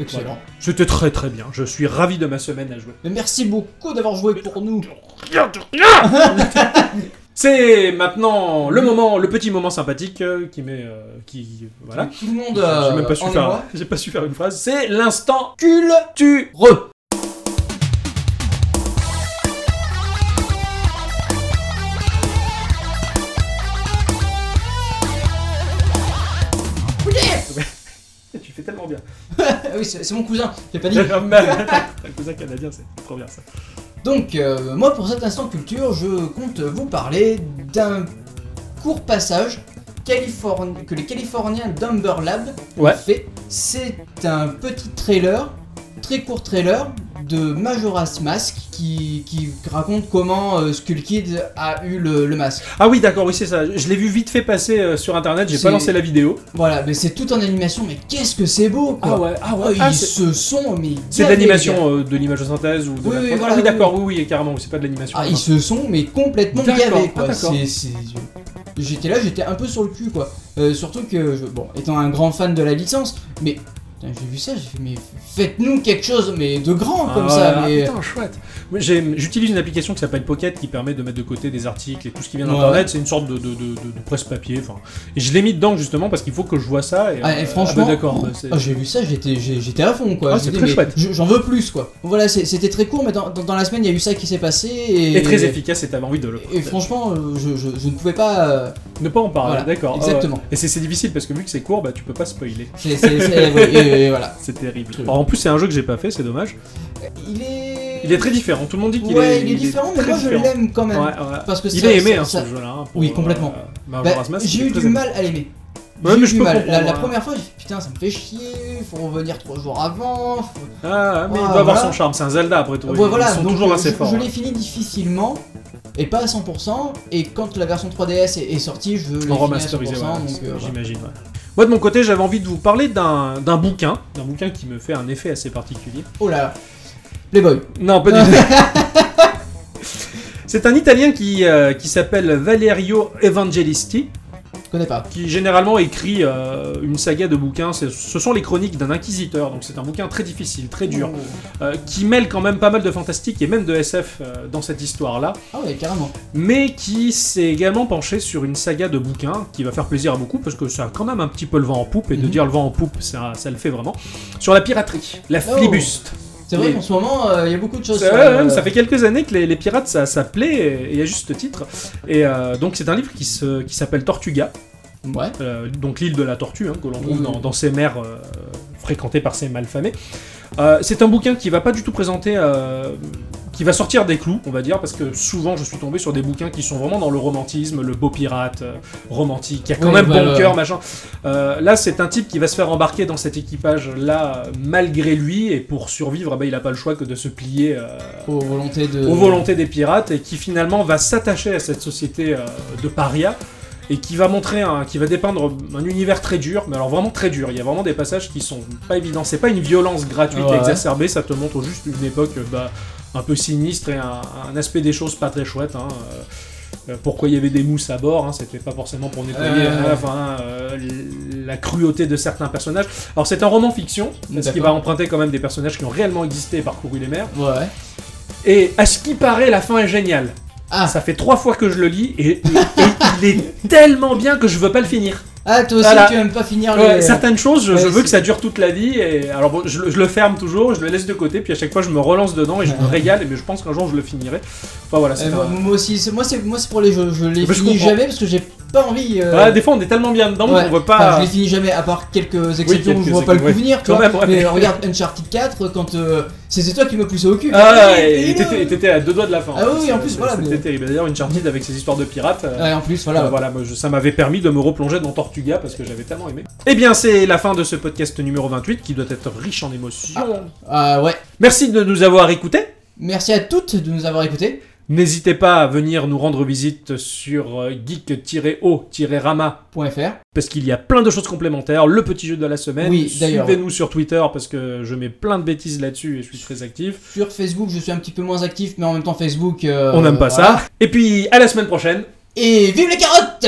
Speaker 4: Excellent.
Speaker 5: Ah. Voilà. C'était très très bien. Je suis ravi de ma semaine à jouer.
Speaker 4: Mais merci beaucoup d'avoir joué pour nous.
Speaker 5: C'est maintenant le moment, le petit moment sympathique euh, qui met, euh, qui voilà.
Speaker 4: Tout le monde. euh,
Speaker 5: j'ai même pas su
Speaker 4: en
Speaker 5: faire,
Speaker 4: émoi.
Speaker 5: (laughs) j'ai pas su faire une phrase. C'est l'instant
Speaker 4: Culture.
Speaker 5: Tu fais tellement (laughs) bien.
Speaker 4: Ah oui, c'est c'est mon cousin, j'ai pas dit.
Speaker 5: Ah, Un cousin canadien, c'est trop bien ça.
Speaker 4: Donc, euh, moi pour cet instant culture, je compte vous parler d'un court passage Californ- que les Californiens d'Umber Lab ont
Speaker 5: Ouais.
Speaker 4: fait. C'est un petit trailer, très court trailer de Majora's Mask qui, qui raconte comment euh, Skull Kid a eu le, le masque.
Speaker 5: Ah oui, d'accord, oui c'est ça. Je l'ai vu vite fait passer euh, sur internet. J'ai
Speaker 4: C'est-
Speaker 5: pas lancé la vidéo.
Speaker 4: Voilà, mais c'est tout en animation, mais qu'est-ce que c'est beau quoi.
Speaker 5: ouais, ah
Speaker 4: Oh, ils
Speaker 5: ah, c'est-
Speaker 4: se sont mis.
Speaker 5: c'est de
Speaker 4: bien dégagés.
Speaker 5: l'animation, euh, de l'image de synthèse ou de
Speaker 4: Oui,
Speaker 5: la
Speaker 4: oui,
Speaker 5: prod.
Speaker 4: voilà,
Speaker 5: ah, oui,
Speaker 4: oui,
Speaker 5: d'accord, oui, oui, carrément, oui, c'est pas de l'animation.
Speaker 4: Ah, ils se sont mais complètement
Speaker 5: hein, D'accord,
Speaker 4: gavés
Speaker 5: ah,
Speaker 4: quoi.
Speaker 5: d'accord.
Speaker 4: C'est- c'est- J'étais là, j'étais un peu sur le cul quoi. Euh, surtout que, je- bon, étant un grand fan de la licence, mais putain, j'ai vu ça, j'ai fait mais faites-nous quelque chose mais de grand
Speaker 5: Ah,
Speaker 4: comme
Speaker 5: ouais,
Speaker 4: ça.
Speaker 5: ah,
Speaker 4: mais...
Speaker 5: putain, chouette. Moi, j'ai- J'utilise une application qui s'appelle Pocket qui permet de mettre de côté des articles et tout ce qui vient
Speaker 4: Ouais.
Speaker 5: d'internet. C'est une sorte de, de- de- de- de presse-papier. enfin. Et je l'ai mis dedans justement parce qu'il faut que je vois ça. Et,
Speaker 4: Ah, et
Speaker 5: euh,
Speaker 4: franchement,
Speaker 5: ah, bah, d'accord. bah, c'est-
Speaker 4: Ah, j'ai vu ça, j'étais, j'ai- j'étais à fond quoi.
Speaker 5: Ah,
Speaker 4: J'ai
Speaker 5: c'est
Speaker 4: dit,
Speaker 5: très
Speaker 4: mais
Speaker 5: chouette.
Speaker 4: je- J'en veux plus quoi. Voilà, c'est- c'était très court, mais dans, dans- dans la semaine il y a eu ça qui s'est passé et,
Speaker 5: et très efficace et t'avais envie de le.
Speaker 4: Et franchement, euh, je, je- je ne pouvais pas. euh,
Speaker 5: Ne pas en parler,
Speaker 4: Voilà,
Speaker 5: d'accord. ah ouais.
Speaker 4: exactement.
Speaker 5: Et c'est c'est difficile parce que vu que c'est court, bah, tu peux pas spoiler.
Speaker 4: c'est- c'est- c'est- ouais, et- et voilà.
Speaker 5: C'est terrible.
Speaker 4: Très bien.
Speaker 5: Alors, en plus, c'est un jeu que j'ai pas fait, c'est dommage.
Speaker 4: Il est.
Speaker 5: Il est très différent. Tout le monde dit qu'il
Speaker 4: Ouais,
Speaker 5: est.
Speaker 4: il est différent, mais
Speaker 5: très
Speaker 4: moi
Speaker 5: différent.
Speaker 4: je l'aime quand même.
Speaker 5: Ouais, ouais.
Speaker 4: Parce que
Speaker 5: Il
Speaker 4: ça-
Speaker 5: est aimé
Speaker 4: ça-
Speaker 5: hein,
Speaker 4: ça-
Speaker 5: ce jeu-là. hein, pour,
Speaker 4: Oui, complètement.
Speaker 5: euh,
Speaker 4: Bah,
Speaker 5: Majora's Mask, il
Speaker 4: j'ai
Speaker 5: est
Speaker 4: eu
Speaker 5: très
Speaker 4: du
Speaker 5: aimé.
Speaker 4: mal à l'aimer. J'ai
Speaker 5: Ouais, mais
Speaker 4: eu
Speaker 5: je
Speaker 4: du
Speaker 5: peux
Speaker 4: mal. La,
Speaker 5: comprendre, hein.
Speaker 4: la
Speaker 5: ouais.
Speaker 4: première fois, j'ai fait putain, ça me fait chier, faut revenir trois jours avant. faut-
Speaker 5: Ah,
Speaker 4: Ah,
Speaker 5: mais il doit avoir
Speaker 4: voilà. Ah,
Speaker 5: son charme. C'est un Zelda après tout.
Speaker 4: Ouais,
Speaker 5: Ils- ils
Speaker 4: voilà,
Speaker 5: sont
Speaker 4: donc euh,
Speaker 5: toujours
Speaker 4: je-
Speaker 5: assez
Speaker 4: je,
Speaker 5: forts. hein.
Speaker 4: je l'ai fini difficilement et pas à 100%. Et quand la version 3DS est, est sortie, je l'ai
Speaker 5: en
Speaker 4: fini à 100%.
Speaker 5: remasterisé, ouais,
Speaker 4: donc, euh, voilà.
Speaker 5: j'imagine. ouais. Moi de mon côté, j'avais envie de vous parler d'un d'un bouquin, d'un bouquin qui me fait un effet assez particulier.
Speaker 4: Oh là là. Playboy.
Speaker 5: Non, pas
Speaker 4: (laughs)
Speaker 5: du tout. C'est un Italien qui, euh, qui s'appelle Valerio Evangelisti,
Speaker 4: Je connais pas.
Speaker 5: qui généralement écrit euh, une saga de bouquins. C'est- Ce sont les chroniques d'un inquisiteur, donc c'est un bouquin très difficile, très dur,
Speaker 4: Mmh.
Speaker 5: euh, qui mêle quand même pas mal de fantastique et même de SF euh, dans cette histoire-là.
Speaker 4: Ah ouais, carrément.
Speaker 5: mais qui s'est également penché sur une saga de bouquins qui va faire plaisir à beaucoup parce que ça a quand même un petit peu le vent en poupe et de
Speaker 4: Mhm.
Speaker 5: dire le vent en poupe, ça, ça le fait vraiment. Sur la piraterie, la
Speaker 4: Oh.
Speaker 5: flibuste.
Speaker 4: C'est vrai
Speaker 5: Oui.
Speaker 4: qu'en ce moment, euh, il y a beaucoup de choses.
Speaker 5: Ça,
Speaker 4: sur,
Speaker 5: ouais,
Speaker 4: euh,
Speaker 5: ouais, ça fait quelques années que les, les pirates ça, ça plaît et, et à juste titre. Et euh, donc c'est un livre qui se- qui s'appelle Tortuga,
Speaker 4: Ouais.
Speaker 5: euh, donc l'île de la tortue hein, que l'on trouve
Speaker 4: Oui.
Speaker 5: dans, dans ces mers euh, fréquentées par ces malfamés. Euh, c'est un bouquin qui va pas du tout présenter, euh, qui va sortir des clous, on va dire, parce que souvent je suis tombé sur des bouquins qui sont vraiment dans le romantisme, le beau pirate euh, romantique, qui a quand
Speaker 4: Oui,
Speaker 5: même
Speaker 4: ouais,
Speaker 5: bon
Speaker 4: ouais,
Speaker 5: cœur, machin. Euh, là, c'est un type qui va se faire embarquer dans cet équipage-là euh, malgré lui, et pour survivre, eh ben, il a pas le choix que de se plier euh,
Speaker 4: Aux volontés de.
Speaker 5: aux volontés des pirates et qui finalement va s'attacher à cette société euh, de paria et qui va montrer un, qui va dépeindre un univers très dur, mais alors vraiment très dur. Il y a vraiment des passages qui sont pas évidents. C'est pas une violence gratuite
Speaker 4: Ouais.
Speaker 5: et exacerbée, ça te montre juste une époque euh, bah, un peu sinistre et un, un aspect des choses pas très chouette. hein. Euh, pourquoi il y avait des mousses à bord, hein, c'était pas forcément pour nettoyer
Speaker 4: Euh.
Speaker 5: euh, enfin, euh, la cruauté de certains personnages. Alors c'est un roman fiction, ce qui
Speaker 4: D'accord.
Speaker 5: va emprunter quand même des personnages qui ont réellement existé et parcouru les mers.
Speaker 4: Ouais.
Speaker 5: Et à ce qui paraît, la fin est géniale.
Speaker 4: Ah.
Speaker 5: Ça fait trois fois que je le lis et, et- et il est tellement bien que je veux pas le finir.
Speaker 4: Ah, toi aussi,
Speaker 5: Voilà.
Speaker 4: tu aimes pas finir
Speaker 5: Ouais,
Speaker 4: les.
Speaker 5: certaines choses,
Speaker 4: Ah,
Speaker 5: je,
Speaker 4: euh, Ouais,
Speaker 5: je veux
Speaker 4: c'est-
Speaker 5: que ça dure toute la vie. Et alors bon, je, le- je le ferme toujours, je le laisse de côté, puis à chaque fois je me relance dedans et je me
Speaker 4: Ouais.
Speaker 5: régale. Mais je pense qu'un jour je le finirai. Enfin voilà, c'est
Speaker 4: Euh, moi,
Speaker 5: un-
Speaker 4: moi aussi, c'est- moi c'est moi c'est pour les jeux, je les
Speaker 5: Bah, je
Speaker 4: finis
Speaker 5: comprends.
Speaker 4: jamais parce que j'ai pas envie. euh,
Speaker 5: Voilà, des fois on est tellement bien dedans
Speaker 4: ouais.
Speaker 5: qu'on veut
Speaker 4: Enfin,
Speaker 5: pas.
Speaker 4: je les finis jamais, à part quelques exceptions où
Speaker 5: quelques
Speaker 4: je vois pas le coup
Speaker 5: ouais.
Speaker 4: venir. tu
Speaker 5: Quand
Speaker 4: vois.
Speaker 5: même, ouais.
Speaker 4: Mais euh, regarde Uncharted 4, quand euh, c'était toi qui me poussé au cul.
Speaker 5: Ah,
Speaker 4: Eh, (laughs)
Speaker 5: et
Speaker 4: eh, non.
Speaker 5: t'étais t'étais à deux doigts de la fin.
Speaker 4: Ah oui, oui, en
Speaker 5: C'est-
Speaker 4: plus,
Speaker 5: c'est-
Speaker 4: voilà,
Speaker 5: C'était
Speaker 4: mais-
Speaker 5: terrible. D'ailleurs, une chartide avec ses histoires de pirates. euh,
Speaker 4: Ouais, en plus, voilà.
Speaker 5: Euh, voilà, moi, je- ça m'avait permis de me replonger dans Tortuga parce que j'avais tellement aimé. Eh bien, c'est la fin de ce podcast numéro 28 qui doit être riche en émotions.
Speaker 4: Ah ouais.
Speaker 5: Merci de nous avoir écoutés.
Speaker 4: Merci à toutes de nous avoir écoutés.
Speaker 5: N'hésitez pas à venir nous rendre visite sur euh, geek-o-rama
Speaker 4: Point .fr.
Speaker 5: parce qu'il y a plein de choses complémentaires. Le petit jeu de la semaine.
Speaker 4: Oui, d'ailleurs.
Speaker 5: Suivez-nous sur Twitter parce que je mets plein de bêtises là-dessus et je suis très actif.
Speaker 4: Sur Facebook, je suis un petit peu moins actif, mais en même temps, Facebook. euh,
Speaker 5: On n'aime pas
Speaker 4: voilà.
Speaker 5: ça. Et puis, à la semaine prochaine.
Speaker 4: Et vive les carottes